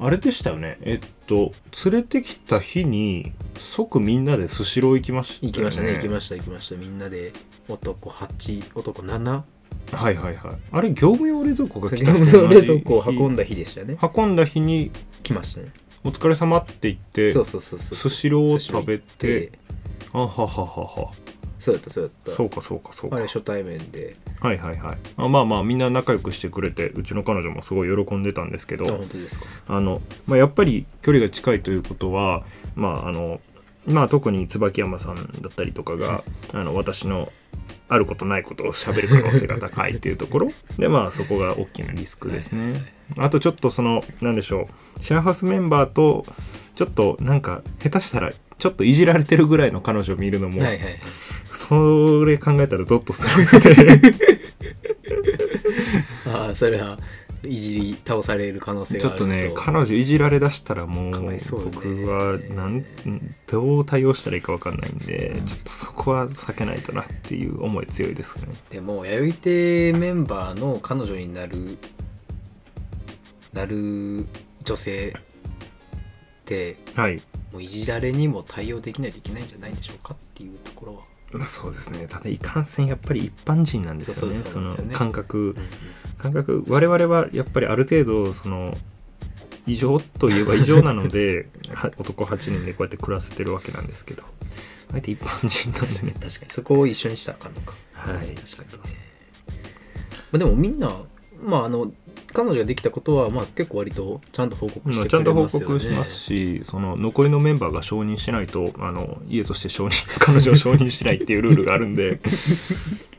C: あれでしたよねえっと連れてきた日に即みんなでスシロー行きましたよ
B: 行きましたね行き
C: し
B: ました行きましたみんなで男8男7
C: たはいはいはいあれ業務用冷蔵庫が
B: 先
C: 来
B: ほど
C: た日
B: の
C: と同
B: 冷
C: じ
B: 蔵庫を運んだ日でしたね
C: 運んだ日に
B: 来ましたね
C: 「お疲れ様って言って
B: そうそうそうそう
C: スシローを食べて
B: で
C: あはははは
B: そうやったそうやった
C: そうかそうかそうか
B: あれ初対面で
C: はいはいはいあまあまあみんな仲良くしてくれてうちの彼女もすごい喜んでたんですけ
B: あ
C: ど
B: 本当ですか
C: あの、まあ、やっぱり距離が近いということは、まあ、あの、まあ、特に椿山さんだったりとかが、あの、私の。あることないことを喋る可能性が高いっていうと ころでまあそこが大きなリスクですねあとちょっとそのなんでしょうシェアハウスメンバーとちょっとなんか下手したらちょっといじられてるぐらいの彼女を見るのも、
B: はいはいはい
C: それ考えたらゾッとするので
B: ああそれはいじり倒される可能性
C: ちょ
B: があ
C: っ
B: る
C: とね
B: か
C: 彼女いじられだしたらもう
B: かわいそうだね
C: 僕はなんどう対応したらいいか分かんないんでちょっとそこは避けないとなっていう思い強いですね
B: でも弥生亭メンバーの彼女になるなる女性って
C: はい
B: もういじられにも対応できないといけないんじゃないでしょうかっていうところは、
C: まあそうですねただいかんせんやっぱり一般人なんですよね
B: そうそうそうなんですよね
C: の感覚
B: うんうん
C: 感覚我々はやっぱりある程度その異常といえば異常な のでは男8人でこうやって暮らせてるわけなんですけどあえて一般人なん
B: 確か
C: で
B: に
C: ね
B: 確かにそこを一緒にしたらあかんのか
C: は
B: 確か
C: い
B: にね、まあ、でもみんなまああの彼女ができたことはまあ結構割とちゃんと報告し
C: まあ、
B: て
C: ちゃ
B: く
C: んと
B: れ
C: 報
B: ますよね
C: 告しますし、その残りのメンバーが承認しないと、あの家として承認、 彼女を承認しないっていうルールがあるん で、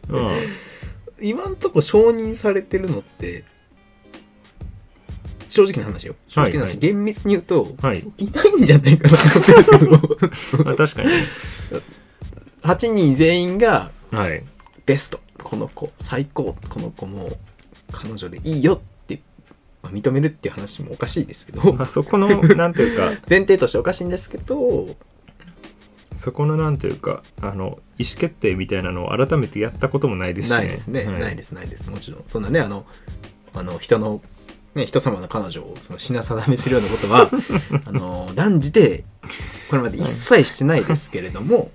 C: まあ、
B: 今んとこ承認されてるのって正直な話よ正直な話、
C: はいはい
B: 厳密に言うと、
C: はい、
B: いないんじゃないかなと思ってるんですけどそ
C: まあ
B: の
C: 確かに、
B: 8人全員が
C: はい、
B: ベストこの子最高この子も彼女でいいよって、まあ認めるっていう話もおかしいですけど
C: まあ、そこの、なんていうか、
B: 前提としておかしいんですけど
C: そこのなんていうか、あの意思決定みたいなのを改めてやったこともないですしね。
B: ないですね、
C: はい
B: ないですないですもちろんそんなねあのあの人の、ね、人様の彼女をその品定めするようなことは あの断じてこれまで一切してないですけれども、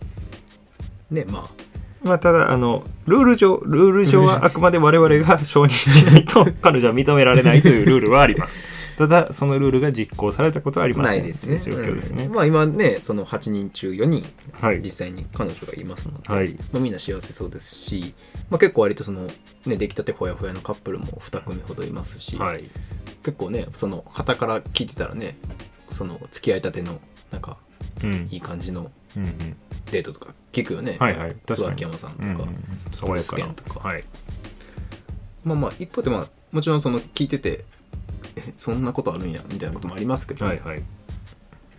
B: ねまあ
C: まあ、ただあのルール上ルール上 はあくまで我々が承認しないと彼女は認められないというルールはありますただそのルールが実行されたことはありま
B: な
C: せん
B: いですね
C: という状況ですね、
B: うんまあ今ねその8人中4人
C: はい
B: 実際に彼女がいますので、
C: はい
B: まあ、みんな幸せそうですし、まあ、結構割とその、ね、出来たてほやほやのカップルも2組ほどいますし、
C: はい
B: 結構ねその旗から聞いてたらねその付き合いたてのなんか
C: うん
B: いい感じの
C: うんうん
B: デートとか聞くよね、
C: はいはい確かに
B: 椿山さんと
C: う
B: か、
C: んうん爽やかな
B: とか
C: はい
B: まあまあ一方でまあもちろんその聞いててえそんなことあるんやみたいなこともありますけど、
C: はいはい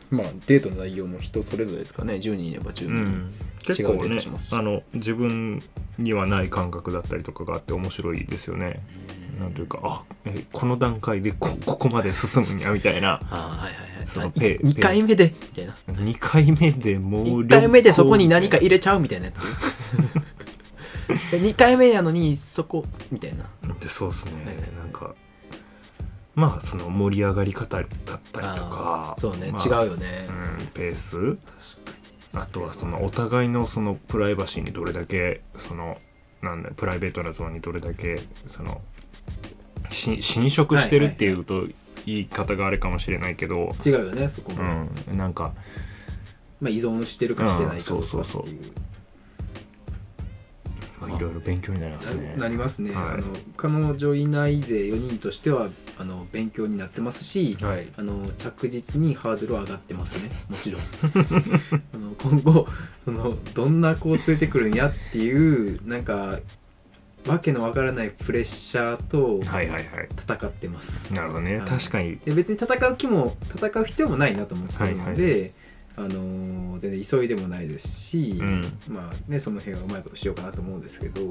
B: まあデートの内容も人それぞれですかね10人いれば10人、
C: 結構
B: 違うデー
C: ね
B: トしますし
C: あの自分にはない感覚だったりとかがあって面白いですよねなんというかあえこの段階でこここまで進むんやみたいな
B: ああはいはいはい
C: その
B: あい
C: ペ
B: 二回目でみたいな
C: 2回目でもう
B: 1回目でそこに何か
C: 旅行
B: 入れちゃうみたいなや つ2回目なのにそこみたいな
C: でそうですね、
B: はいはいはい
C: なんかまあその盛り上がり方だったりと
B: あ
C: か
B: ーそうね、
C: まあ
B: 違うよね、
C: うん、ペースあとはそのお互いのそのプライバシーにどれだけそのなんだプライベートなゾーンにどれだけそのし侵食してるっていうと言い方があれかもしれないけど、
A: 違うよねそこも、
C: うん、なんか
A: まあ、依存してるかしてないかとか
C: うん
A: って
C: そうそうそう
A: いう
C: まあいろいろ勉強になりますね。
A: なりますね、
C: はい
A: あの彼女いない勢4人としてはあの勉強になってますし、
C: はい
A: あの着実にハードルは上がってますねも ちろん あの今後そのどんな子を連れてくるんやっていうなんかわけのわからないプレッシャーと
C: はいはいはい。
A: 戦ってます、
C: なるほどね。
A: はい
C: 確かに。
A: で別に戦う気も戦う必要もないなと思ってるので、
C: は
A: あのー全然急いでもないですし、
C: うん。
A: まあねその辺はうまいことしようかなと思うんですけどい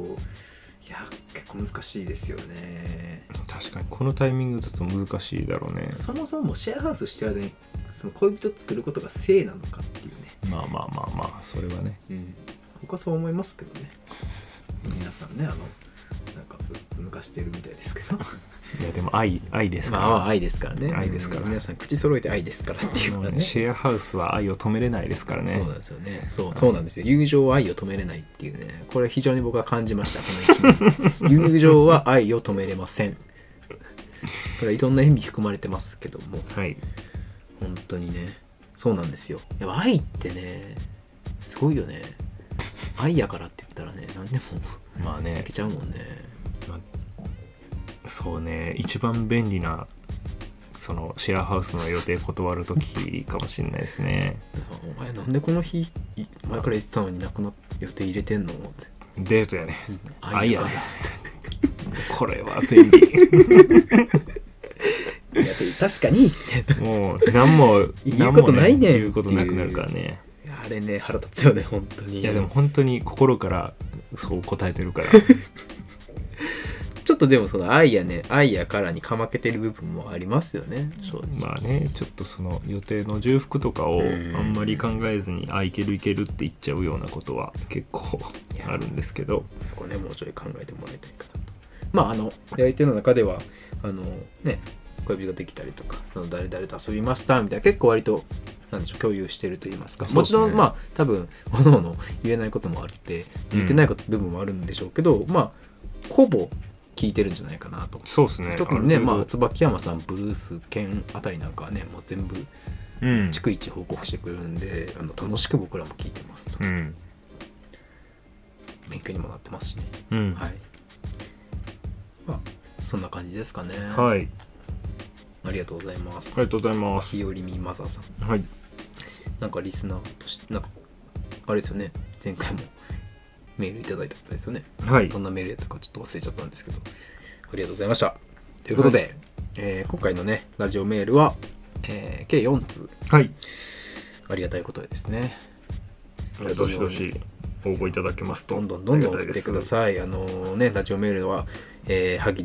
A: や結構難しいですよね
C: 確かにこのタイミングだと難しいだろうね
B: そもそもシェアハウスしてる間にその恋人作ることが性なのかっていうね、
C: まあまあまあまあそれはね
B: うん、僕はそう思いますけどね皆さんねあのなんかうつつ抜かしてるみたいですけど
C: いやでも愛愛ですから、
B: まあ愛ですからね
C: 愛ですから
B: うん皆さん口揃えて愛ですからっていうか
C: もう
B: ら
C: ね
B: ね
C: シェアハウスは愛を止めれないですから
B: そう
C: ね
B: なんですよね。そう、そうなんですよ。友情は愛を止めれないっていうね。これ非常に僕は感じました、この1年。友情は愛を止めれま せん。これはいろんな意味含まれてますけども、
C: はい
B: 本当にね。そうなんですよ。やっぱ愛ってね、すごいよね。愛やからって言ったらね、何でも
C: まあ
B: い
C: ね
B: けちゃうもんね。
C: そうね一番便利なそのシェアハウスの予定 断る時かもしれないですね
B: お前なんでこの日、い前から言ってたのになくなっ予定入れてんのって。
C: デートやね愛やねこれは便
B: いや確かにって。
C: 利 もう何も
B: 言うことないねん
C: 何も言うことなくなるからね
B: あれね、腹立つよね、本当に。
C: いやでも本当に心から そう答えてるから
B: ちょっとでもその愛やね愛やからにかまけてる部分もありますよね正直、
C: まあねちょっとその予定の重複とかをあんまり考えずにあいけるいけるって言っちゃうようなことは結構あるんですけど
B: そこねもうちょい考えてもらいたいかなとまああのやり手の中ではあのね恋人ができたりとかあの誰々と遊びましたみたいな結構割となんでしょう共有してると言いますか
C: そう
B: も
C: で
B: ち
C: すね
B: ろんまあ多分各々言えないこともあって言ってないこと部分もあるんでしょうけど、まあほぼ聞いてるんじゃないかなと
C: そうですね
B: 特にね
C: る程
B: ま
C: 度
B: あ椿山さんブルース犬あたりなんかはねもう全部
C: うん
B: 逐一報告してくれるんであの楽しく僕らも聞いてますと
C: うん
B: 勉強にもなってますしね
C: うん
B: はいまあそんな感じですかね
C: はい、あ
B: ありがとうございます、
C: りがとうございま
B: ひ
C: す。
B: よりみまささん
C: はい、
B: なんかリスナーとしてなんかあれですよね前回もメールいただいたことですよね
C: はい
B: ど、んなメールやったかちょっと忘れちゃったんですけどありがとうございましたということで、えー今回のねラジオメールは、えー計4通
C: はい、
B: ありがたいことでですね
C: どしどし応募いただけますと、
B: どんどんどんどん
C: あ
B: 送
C: りが
B: っ
C: たいで
B: て
C: す
B: ください。あのね、ラジオメールは、えー、はぎ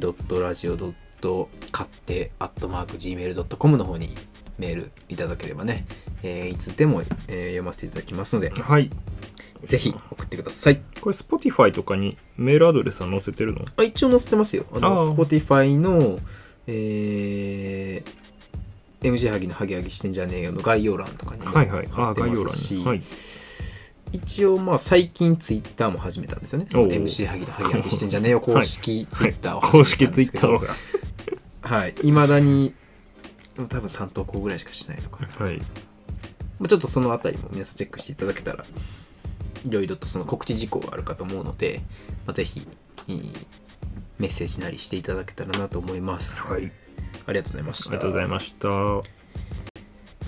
B: .radio.katte.gmail.com の方にメールいただければね、えーいつでも、えー読ませていただきますので、
C: はい、
B: ぜひ送ってください。
C: これ Spotify とかにメールアドレスは載せてるの？
B: あ一応載せてますよ。あの、
C: あー
B: Spotify の、えー MG ハギのハギハギしてんじゃねえよの概要欄とかにも
C: はいはい、
B: 貼って
C: 概
B: ます
C: 要欄
B: し、
C: に、はい、
B: 一応まあ最近ツイッターも始めたんですよね。
C: おう
B: MC ハギのハギハギしてんじゃ ねえよ公式ツイッターを
C: はい公
B: 始めたん
C: 式ツ
B: で
C: イ
B: す
C: ッ
B: け
C: タ
B: ど
C: ーが、
B: はい。いまだに、でも多分3投稿ぐらいしかしないのかな。
C: はい、
B: まあ、ちょっとそのあたりも皆さんチェックしていただけたら、いろいろとその告知事項があるかと思うので、まあ、ぜひ、えーメッセージなりしていただけたらなと思います。
C: はい、あり
B: ありがとうございました。
C: がとうございました。
B: と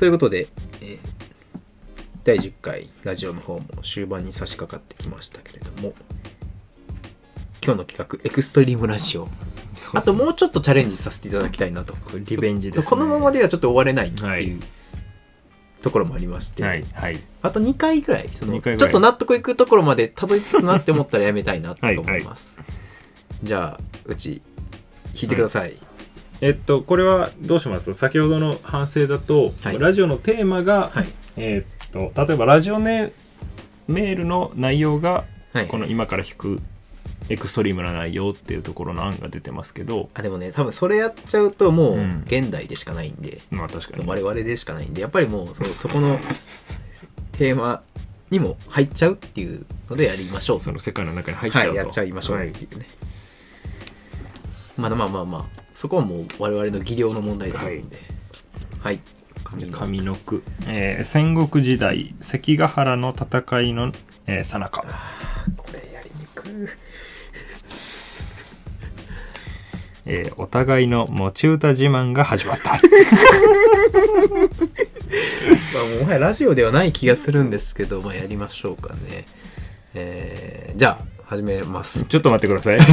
B: いうことで、えー第10回ラジオの方も終盤に差し掛かってきましたけれども、今日の企画、エクストリームラジオ。あともうちょっとチャレンジさせていただきたいなと。
C: これリベンジです、
B: そう
C: ね。
B: このままではちょっと終われないっていう、
C: はい
B: ところもありまして、
C: はいはい
B: あと2回ぐらいその
C: 二回ぐ
B: ち
C: ら
B: ょ
C: い
B: っと納得いくところまでたどり着くなって思ったらやめたいなと
C: はい
B: 思いますじゃあうち引いてください、
C: えっとこれはどうします先ほどの反省だと、
B: はい
C: ラジオのテーマが、
B: はい
C: えっと例えばラジオネメールの内容が
B: はい
C: この今から弾くエクストリームな内容っていうところの案が出てますけど
B: あでもね多分それやっちゃうともう
C: うん
B: 現代でしかないんで、
C: まあ確かに
B: 我々でしかないんでやっぱりもう そそこのテーマにも入っちゃうっていうのでやりましょう
C: その世界の中に入っちゃう
B: は
C: と、
B: いやっちゃいましょう
C: は
B: っ
C: い
B: ていうね、まあまあまあまあそこはもう我々の技量の問題だと思うんではい、
C: じゃあ上の句、えー戦国時代関ヶ原の戦いのえー最中
B: これやりにく
C: えーお互いの持ち歌自慢が始まった
B: まあもはやラジオではない気がするんですけどまあやりましょうかねえーじゃあ始めます
C: ちょっと待ってくださいこ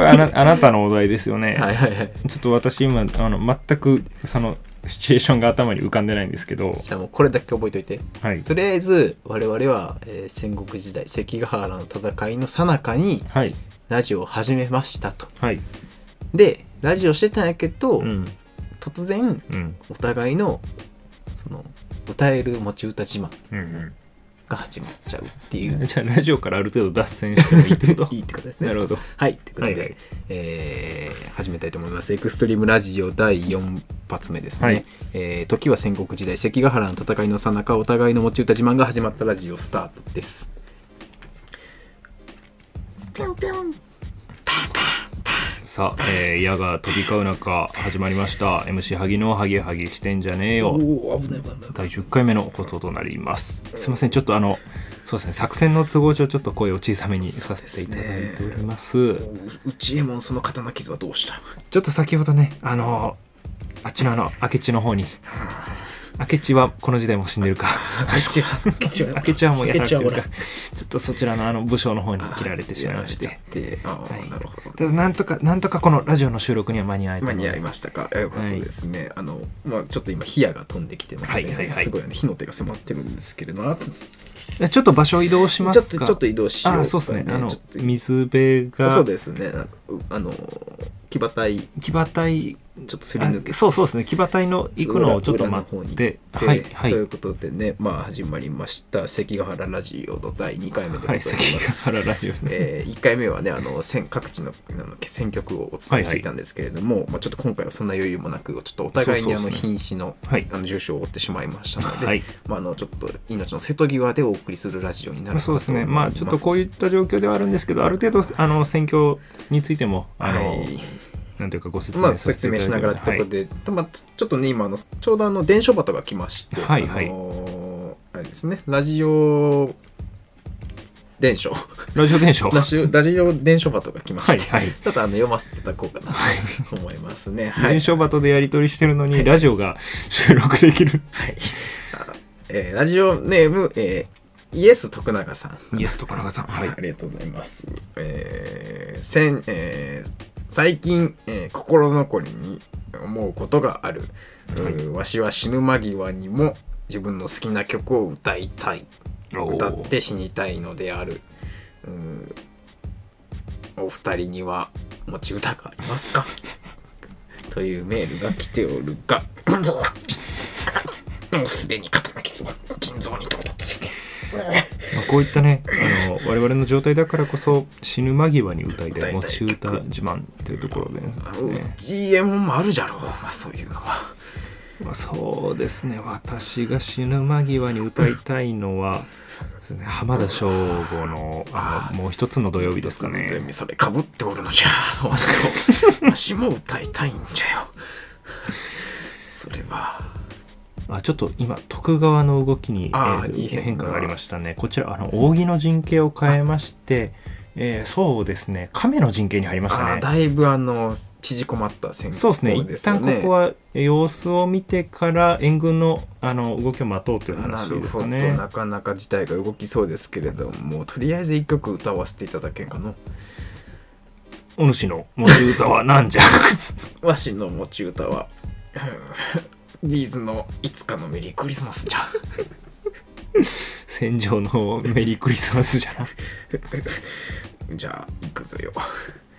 C: れあなあなたのお題ですよね、
B: はいはいはい
C: ちょっと私今あの全くそのシチュエーションが頭に浮かんでないんですけど、
B: じゃあもうこれだけ覚えておいて
C: はい、
B: とりあえず我々は、えー戦国時代関ヶ原の戦いの最中に
C: はい、
B: ラジオを始めましたと
C: はい、
B: でラジオしてたんやけど、
C: うん
B: 突然
C: うん
B: お互いのその歌える持ち歌自慢
C: うん
B: が始まっちゃうって いううん
C: じゃあラジオからある程度脱線してもいいってこと
B: いいってことですね
C: なるほど
B: はいということで、
C: はいはい
B: えー始めたいと思いますエクストリームラジオ第4発目ですね、
C: はい
B: えー時は戦国時代関ヶ原の戦いのさなかお互いの持ち歌自慢が始まったラジオスタートですぴょんぴょん
C: さあ、えー、矢が飛び交う中始まりました MC 萩のハゲハゲしてんじゃねえ
B: お
C: よ
B: お危ない危ない危ない
C: 第10回目の放送となりますすいませんちょっとあのそうですね作戦の都合上ちょっと声を小さめにさせていただいております
B: う内衛門その刀傷はどうした
C: ちょっと先ほどねあのあっちのあの明智の 方に明智はこの時代も死んでるか
B: 明智は 明智は
C: 明智はもうやられてる
B: 明
C: か
B: 智は
C: ちょっとそちらのあの武将の方に切られてしまいまし
B: や
C: て
B: られちゃってああ、
C: はい
B: なるほど
C: ただなんとかなんとかこのラジオの収録には間に合えた
B: 間
C: の
B: に合い
C: で
B: ましたかよかったですね、あのまあちょっと今火矢が飛んできてまして、
C: はいはいはい
B: すごいあの火の手が迫ってるんですけれどもあつつつ
C: ちょっと場所移動しま
B: ちょ
C: す
B: っ
C: か
B: とちょっと移動しようか、
C: あそうですねあの
B: ちょっと
C: 水辺が
B: そうですねなんかうあの騎馬隊ち
C: 騎馬隊
B: ょっとすり抜けて
C: あそうそうですね騎馬隊の行くのをちょっと待っ
B: で
C: て、
B: は
C: はいいは
B: と
C: い
B: いうことでねまあ始まりました関ヶ原ラジオの第2回目でござ
C: はい
B: ま
C: い
B: す、
C: 関ヶ原ラジオね
B: え1回目はねあの選各地のあの選挙区をお伝えしていたんですけれども、まあ、ちょっと今回はそんな余裕もなくちょっとお互いにあ
C: そ
B: の
C: うそうそう
B: 瀕死の,、
C: はい
B: あの重傷を負ってしまいましたので、
C: はい
B: まあ、あのちょっと命の瀬戸際でお送りするラジオになるかと
C: そう
B: 思い
C: ですねまあちょっとこ
B: う
C: ういった状況ではあるんですけどある程度あの選挙についてもあの、
B: はい
C: なんていうかご説明
B: まあ、
C: させ
B: 説
C: て
B: 明
C: い
B: したな
C: だけれ
B: が
C: ば
B: らということで、まあ、ちょっとね今あのちょうどあの伝書鳩が来まして、
C: はいはい
B: あのーあれですねラジオ伝書
C: はい ラジオ伝承
B: ラジオラジオ伝書鳩が来まして、
C: はいはい
B: ちょっとあの読ませていただこうかなと思いますね。はい
C: 伝承バトでやり取りしてるのに、
B: はい
C: ラジオが収録できる
B: はい。あえーラジオネーム、えーイエス徳永さん。
C: イエスとかなさんはい
B: ありがとうございます。えーせんえー最近、えー心残りに思うことがある、うーわしは死ぬ間際にも自分の好きな曲を歌いたい。
C: おー
B: 歌って死にたいのである。うーお二人には持ち歌があります かというメールが来ておるが、もうもうすでに肩の傷は腎臓に到達して。
C: まあ、こういったねあの我々の状態だからこそ死ぬ間際に歌い
B: 歌いた
C: たい
B: い
C: 持ち歌自慢というところでですね、
B: GM もあるじゃろう、まあ、そういうのは。
C: まあ、そうですね私が死ぬ間際に歌いたいのはですね浜田省吾のあのもう一つの土曜日ですかね
B: それかぶっておるの じゃ。わしと、わしも歌いたいんじゃよ。それは、
C: あちょっと今徳川の動きに、
B: あー
C: えー
B: いい変化
C: 変化がありましたねこちらあの扇の陣形を変えましてえーそうですね亀の陣形に入りました
B: あ
C: ね
B: だいぶあの、縮こまった選挙
C: そうですね一旦ここ
B: は
C: は様子を見てから援軍のあの動きを待とうという
B: な
C: 話
B: る
C: です
B: ほ
C: か
B: ど、
C: ね
B: なかなか事態が動きそうですけれども、とりあえず一曲歌わせていただけんかの。
C: お主の持ち歌は何じゃ
B: わしの持ち歌は、うんビーズのいつかのメリークリスマスじゃ。
C: 戦場のメリークリスマスじゃな
B: じゃあ行くぞよ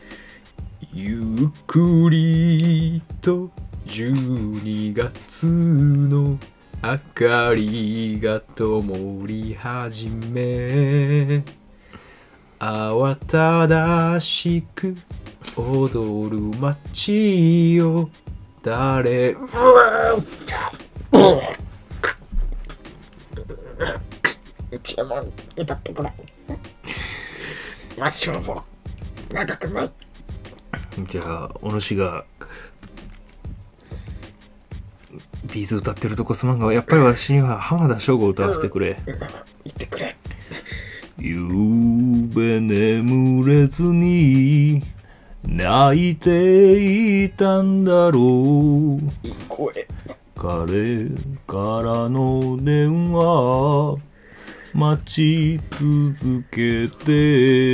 B: ゆっくりと12月の明かりが灯り始め慌ただしく踊る街よ誰
E: 内山を歌ってごらん。わしはもう長くない。
C: じゃあお主がビーズ歌ってるとこすまんがやっぱり私には浜田省吾を歌わせてくれ
E: 言ってくれ。
C: 夕べ眠れずに泣いていたんだろう
E: いい声。
C: 彼からの電話待ち続けて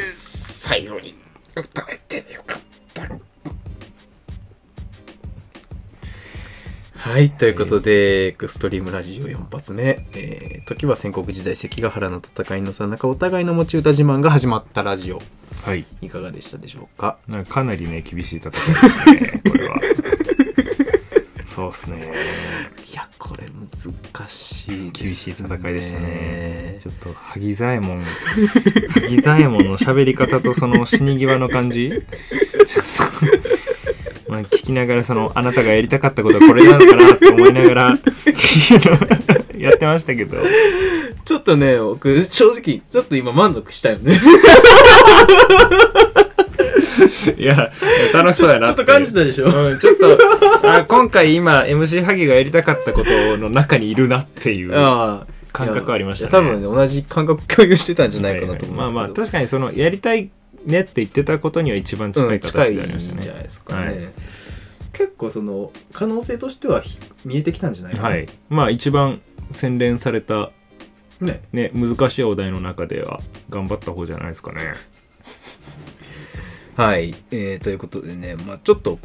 E: 最後に歌えてよかった。
B: はい、ということで、エクストリームラジオ4発目、えー時は戦国時代関ヶ原の戦いのさなかお互いの持ち歌自慢が始まったラジオ、
C: はい。
B: いかがでしたでしょうか
C: なんかかなりね、厳しい戦いでしたね、これは。そうですね。
B: いや、これ難しいですね。
C: 厳しい戦いでしたね。ち
B: ちょ
C: ょっと、萩左衛門、萩左衛門の喋り方とその死に際の感じ、ちょっと、まあ、聞きながら、その、あなたがやりたかったことはこれなのかなと思いながら、やってましたけど、
B: ちょっとね、僕、正直、ちょっと今満足したよね。
C: いや、楽しそうやな
B: ちょっと感じたでしょ
C: うん、ちょっと、あ今回今、MC 萩がやりたかったことの中にいるなっていう。
B: ああ
C: 感覚ありましたね
B: いや多分ね同じ感覚共有してたんじゃないかなと思いますけど、
C: はいはいまあまあ確かにそのやりたいねって言ってたことには一番近
B: う
C: い
B: ん、近
C: 形
B: い
C: でありま
B: ん
C: し
B: じ
C: た
B: ゃ
C: ね、
B: ないですかね、
C: はい
B: 結構その可能性としてはひ見えてきたんじゃないかな、
C: はいまあ一番洗練された
B: ね
C: ね難しいお題の中では頑張った方じゃないですかね
B: はい、えーということでね、まあ、ちょっと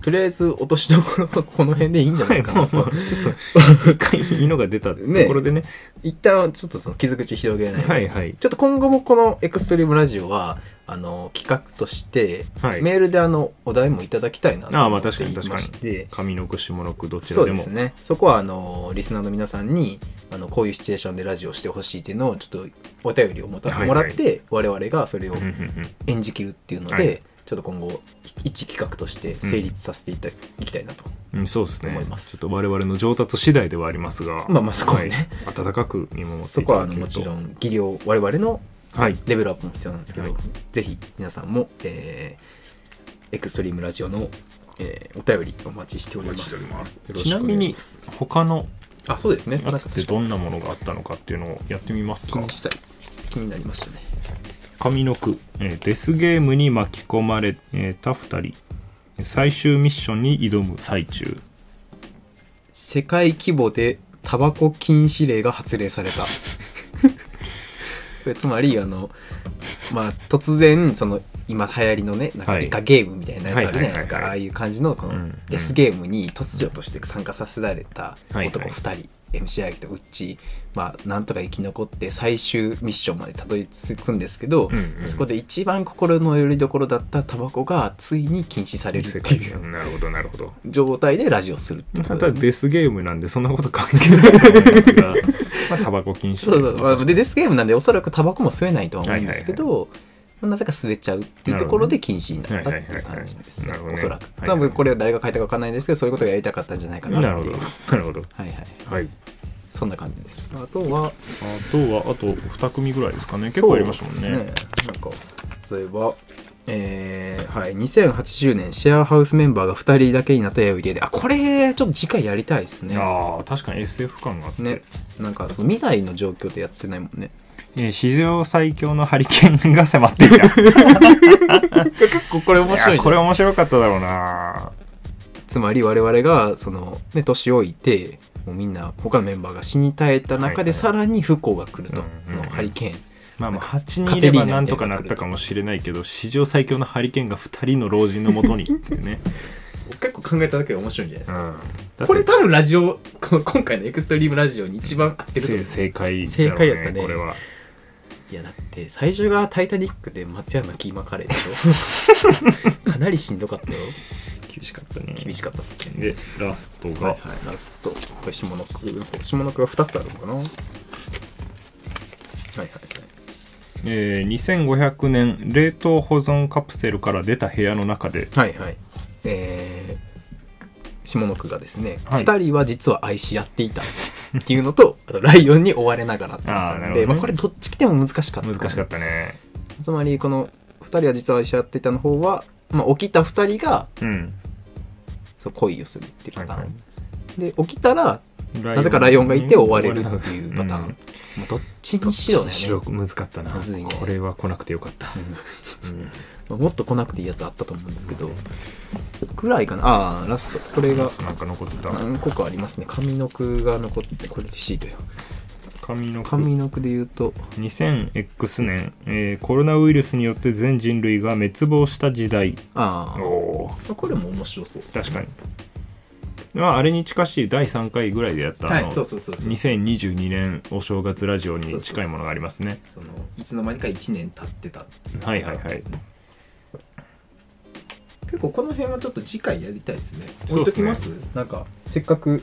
B: とりあえず落としどころはこの辺でいいんじゃないか
C: も
B: な
C: うちょ
B: と
C: っと 一回いいのが出たところでね
B: 一旦ちょっとその傷口広げない、
C: はいはい
B: ちょっと今後もこのエクストリームラジオはあの企画として、
C: はい
B: メールであのお題もいただきたいなと
C: ああ
B: 思
C: まあ
B: って
C: 確かに
B: いまして
C: 上の句下の句どち
B: そ
C: ら
B: う
C: で
B: で
C: も
B: すねそこはあのリスナーの皆さんにあのこういうシチュエーションでラジオしてほしいっていうのをちょっとお便りをもた、
C: はいはい
B: もらって我々がそれを
C: うんうんうん
B: 演じきるっていうので、
C: はい
B: ちょっと今後一企画として成立させていた、いきたいなと
C: うん、そうですね
B: 思います
C: ちょっと我々の上達次第ではありますが
B: まあまあそこはね
C: い温かく見守っていただけると
B: そこはあのもちろん技量我々の
C: はい
B: レベルアップも必要なんですけど、
C: はい
B: ぜひ皆さんも、えーエクストリームラジオの、えーお便りお待ちしておりますよろし
C: ち
B: く
C: な
B: お願い
C: み
B: し
C: に
B: ます
C: 他の
B: あそうですね
C: やつってどんなものがあったのかっていうのをやってみます
B: 気
C: か
B: にしたい気になりましたね
C: 上の句、えーデスゲームに巻き込まれた2人最終ミッションに挑む最中
B: 世界規模でタバコ禁止令が発令された これつまりあのまあ突然その今流行りのねなんか
C: はい
B: デカゲームみたいなやつあるじゃないですか
C: はい
B: あ
C: は
B: あ
C: いはいはい
B: いう感じのこ
C: うんう
B: の
C: ん
B: デスゲームに突如として参加させられた
C: はい
B: 男
C: はい
B: 2人、MC アギとウッチまあなんとか生き残って最終ミッションまでたどり着くんですけど、
C: うんうん
B: そこで一番心のよりどころだったタバコがついに禁止されるっ
C: 世
B: て
C: 界
B: いう
C: なるほどなるほど
B: 状態でラジオするっていうことで
C: ただ
B: すね
C: デスゲームなんでそんなこと関係ないと思いますがまあタバコ禁止
B: そうそう、まあ、でデスゲームなんでおそらくタバコも吸えないとは思うんですけど、まあなぜか吸えちゃうっていうところで禁止になったっていう感じですね
C: なるほどね
B: おそらく
C: はい
B: 多分これを誰が書いたか分かんないんですけどそういうことがやりたかったんじゃないかなってい
C: なるほ
B: う
C: ど
B: はい
C: なるほど
B: はい
C: はい
B: そんな感じですあとは
C: あとはあと2組ぐらいですかね結構ありましたもん
B: そう
C: ね
B: ですなんか例えばえーはい、2080年シェアハウスメンバーが2人だけになったやいであこれちょっと次回やりたいですね
C: ああ確かに SF 感があって、
B: ねなんかその未来の状況でやってないもんね
C: えー史上最強のハリケーンが迫っていた
B: 結構これ面
C: いやこれ面白かっただろうな
B: つまり我々がその、ね、年老いてもうみんな他のメンバーが死に絶えた中
C: はいは
B: で
C: い
B: さらに不幸が来ると、
C: うんうんうん
B: そのハリケーン
C: まあまあ
B: なんか
C: 8人いれば
B: カテリーナみたいな
C: なんとかなったかもしれないけど史上最強のハリケーンが2人の老人のもとにっ ていうね、
A: 結構考えただけで面白いんじゃないです
C: う
A: か、
C: ん、だ
A: これ多分ラジオこの今回のエクストリームラジオに一番合ってると思
C: 正
A: う
C: 正解だろう、ね、
B: 正解やったね
C: これはい
B: やだって最初が「タイタニック」で松山キーマカレーでしょ かなりしんどかったよ
C: 厳しかったね
B: 厳しかったっすね
C: でラストが、
B: はいはいラストこれ下の句下の句が2つあるのかなはいはいはい
C: えー2500年冷凍保存カプセルから出た部屋の中で
B: はいはいえー、下の句がですね、
C: はい
B: 2人は実は愛し合っていたっていうの とあとライオンに追われながらっていうのがあ
C: あー
B: る
C: なんる
B: で
C: ほどね
B: まあ、これどっち来ても難しかった
C: 難しかったね
B: つまりこの2人は実は愛し合っていたの方は、まあ、起きた2人が
C: うん
B: そう恋をするっていうパターン、
C: はいは
B: で起きたら
C: な
B: なぜかライオンがいて追われるっていうパターン、
C: うん
B: もうどっちにしろだ
C: 白
B: よね
C: く難かったな、
B: むずいね
C: これは来なくてよかった、うん
B: まあもっと来なくていいやつあったと思うんですけどぐらいかなああラストこれが
C: なんか残ってた
B: 何個かありますね上の句が残ってこれレシートや
C: 紙の句
B: 上の句で言うと
C: 2000X 年、えーコロナウイルスによって全人類が滅亡した時代
B: あ
C: お
B: あこれも面白そうです
C: 確かにまあ、あれに近しい第3回ぐらいでやった、
B: は
C: あの
B: いそうそうそうそう
C: 2022年お正月ラジオに近いものがありますね。
B: そのいつの間にか1年経ってた
C: はいはいはい。
B: 結構この辺はちょっと次回やりたいですね
C: そ
B: 置
C: う
B: い
C: で
B: と
C: す
B: き
C: ね
B: ますなんかせっかく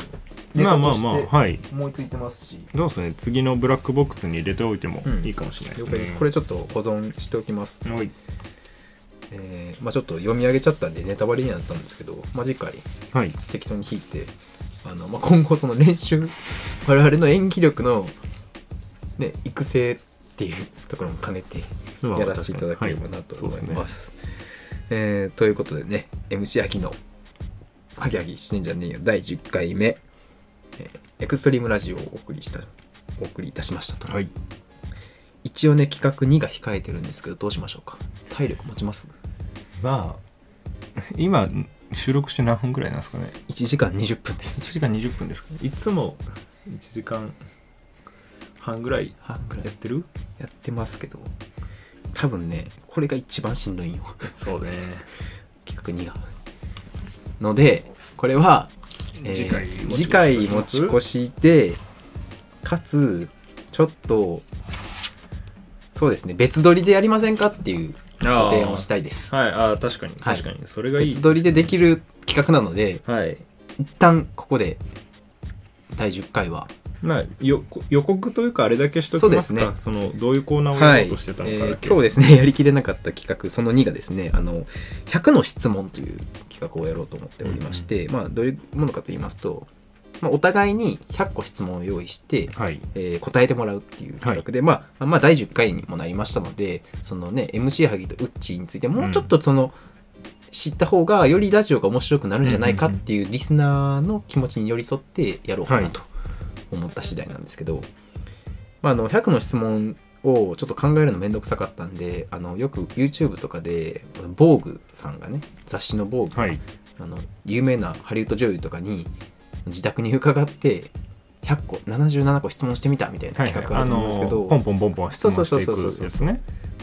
B: ネ
C: まあ
B: タ
C: ま
B: と
C: あまあ、
B: して
C: はい。
B: 思いついてますし、
C: どうですね、次のブラックボックスに入れておいても
B: うん
C: いいかもしれないで
B: 了
C: す
B: 解
C: ね。
B: ですこれちょっと保存しておきます
C: はい。
B: えーまあ、ちょっと読み上げちゃったんでネタバレになったんですけど、まあ、次回
C: はい。
B: 適当に弾いてあの、まあ、今後その練習 我々の演技力の、ね、育成っていうところも兼ねて
C: まあ
B: やらせていただければなと思いま。す。えーということでね MC 秋の「ハギハギしてんじゃねえよ」第10回目、えーエクストリームラジオ」をお送りしたお送りいたしましたと、
C: はいそうですね。
B: 一応ね企画2が控えてるんですけどどうしましょうか体力持ちます
C: まあ、今、収録して何分ぐらいなんですかね。
B: 1時間20分です
C: 1時間20分ですかね。いつも1時間半ぐらい
B: 半ぐらい
C: やってる
B: やってますけど多分ねこれが一番しんどいんよ
C: そうね。
B: 企画2がのでこれは、えー
C: 次回持ち越し
B: 次回持ち越しでかつちょっとそうですね別撮りでやりませんかっていうご提案をしたいです
C: はい、ああ、確かに、
B: はい
C: 確かに。それがいい。
B: 別撮りでできる企画なので
C: はい。
B: 一旦ここで第10回は
C: まあ、よ予告というか、あれだけしときますか。その、どういうコーナーを
B: はい、
C: やろう
B: え
C: としてたのかだ
B: ー
C: け、
B: 今日ですね やりきれなかった企画その2がですねあの100の質問という企画をやろうと思っておりまして、まあ、どういうものかと言いますと、まあ、お互いに100個質問を用意して、
C: はい。
B: えー答えてもらうっていう企画で、まあ、まあ第10回にもなりましたのでそのね MC 萩とウッチーについてもうちょっとその、知った方がよりラジオが面白くなるんじゃないかっていうリスナーの気持ちに寄り添ってやろうかなと思った次第なんですけど、まあ、あの100の質問をちょっと考えるのめんどくさかったんであのよく YouTube とかで防具さんがね雑誌の防具、
C: はい。
B: あの有名なハリウッド女優とかに自宅に伺って100個77個質問してみたみたいな
C: はい、
B: 企画があると思うんですけど、
C: ポンポンポンポン質問してい
B: そうそうそう
C: く
B: そ
C: や
B: う
C: つ
B: そ
C: ね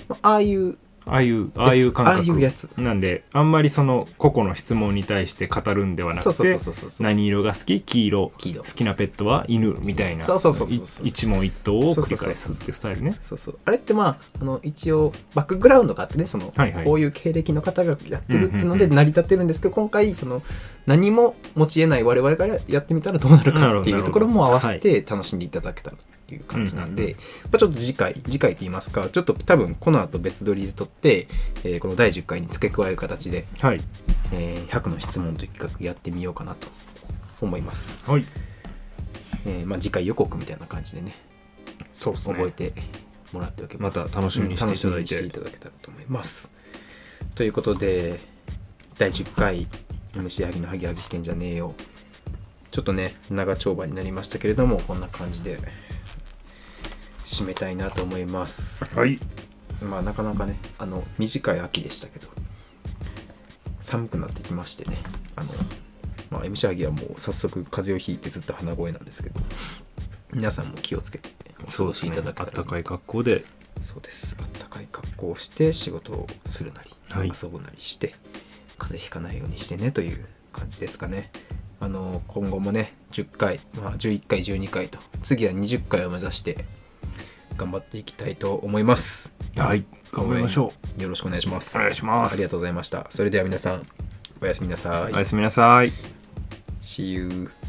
B: まあああいう
C: ああいうああいう感覚
B: ああいうやつ
C: なんであんまりその個々の質問に対して語るんではな
B: そう
C: く
B: そう
C: て
B: そうそうそう
C: 何色が好き黄色
B: 黄色
C: 好きなペットは犬みたいな
B: そうそうそうそうそう
C: い一問一答を繰り返すっていうスタイルね
B: そうそうあれってまああの一応バックグラウンドがあってねその、
C: はいはい
B: こういう経歴の方がやってるっていうの
C: う
B: で
C: んうんうん
B: 成り立ってるんですけど、今回その何も持ち得ない我々からやってみたらどうなる
C: なるほ
B: か
C: ど
B: ってい
C: なる
B: う
C: ほど
B: ところも合わせて楽しんでいただけたらっていう感じなんで、
C: うん
B: まあ、ちょっと次回次回と言いますかちょっと多分この後別撮りで撮って、えーこの第10回に付け加える形で、
C: はい
B: えー100の質問という企画やってみようかなと思います、
C: はい
B: えーまあ、次回予告みたいな感じでね
C: そうです
B: 覚え
C: ね
B: てもらっておけば
C: また楽しみにして
B: 楽
C: い
B: したみ
C: だい
B: にして
C: て
B: いただけたらと思います。ということで第10回 MC ハギのハギハギしてんじゃねえよちょっとね長丁場になりましたけれどもこんな感じで締めたいなと思います。
C: はい
B: まあなかなかねあの短い秋でしたけど寒くなってきましてねあの、まあ、MC ハギはもう早速風邪をひいてずっと鼻声なんですけど皆さんも気をつけてお過
C: そう
B: ご
C: です
B: しい
C: ね
B: ただけた
C: あっ
B: ら
C: たかい格好で
B: そうです。あったかい格好をして仕事をするなり、
C: はい
B: 遊ぶなりして、風邪ひかないようにしてねという感じですかね。あの今後もね、10回、まあ、11回、12回と、次は20回を目指して頑張っていきたいと思います。
C: はい頑張りましょ
B: う。よろしくお願いします。
C: うお願いします
B: ありがとうございました。それでは皆さん、おやすみなさい
C: お。やすみなさい
B: See you.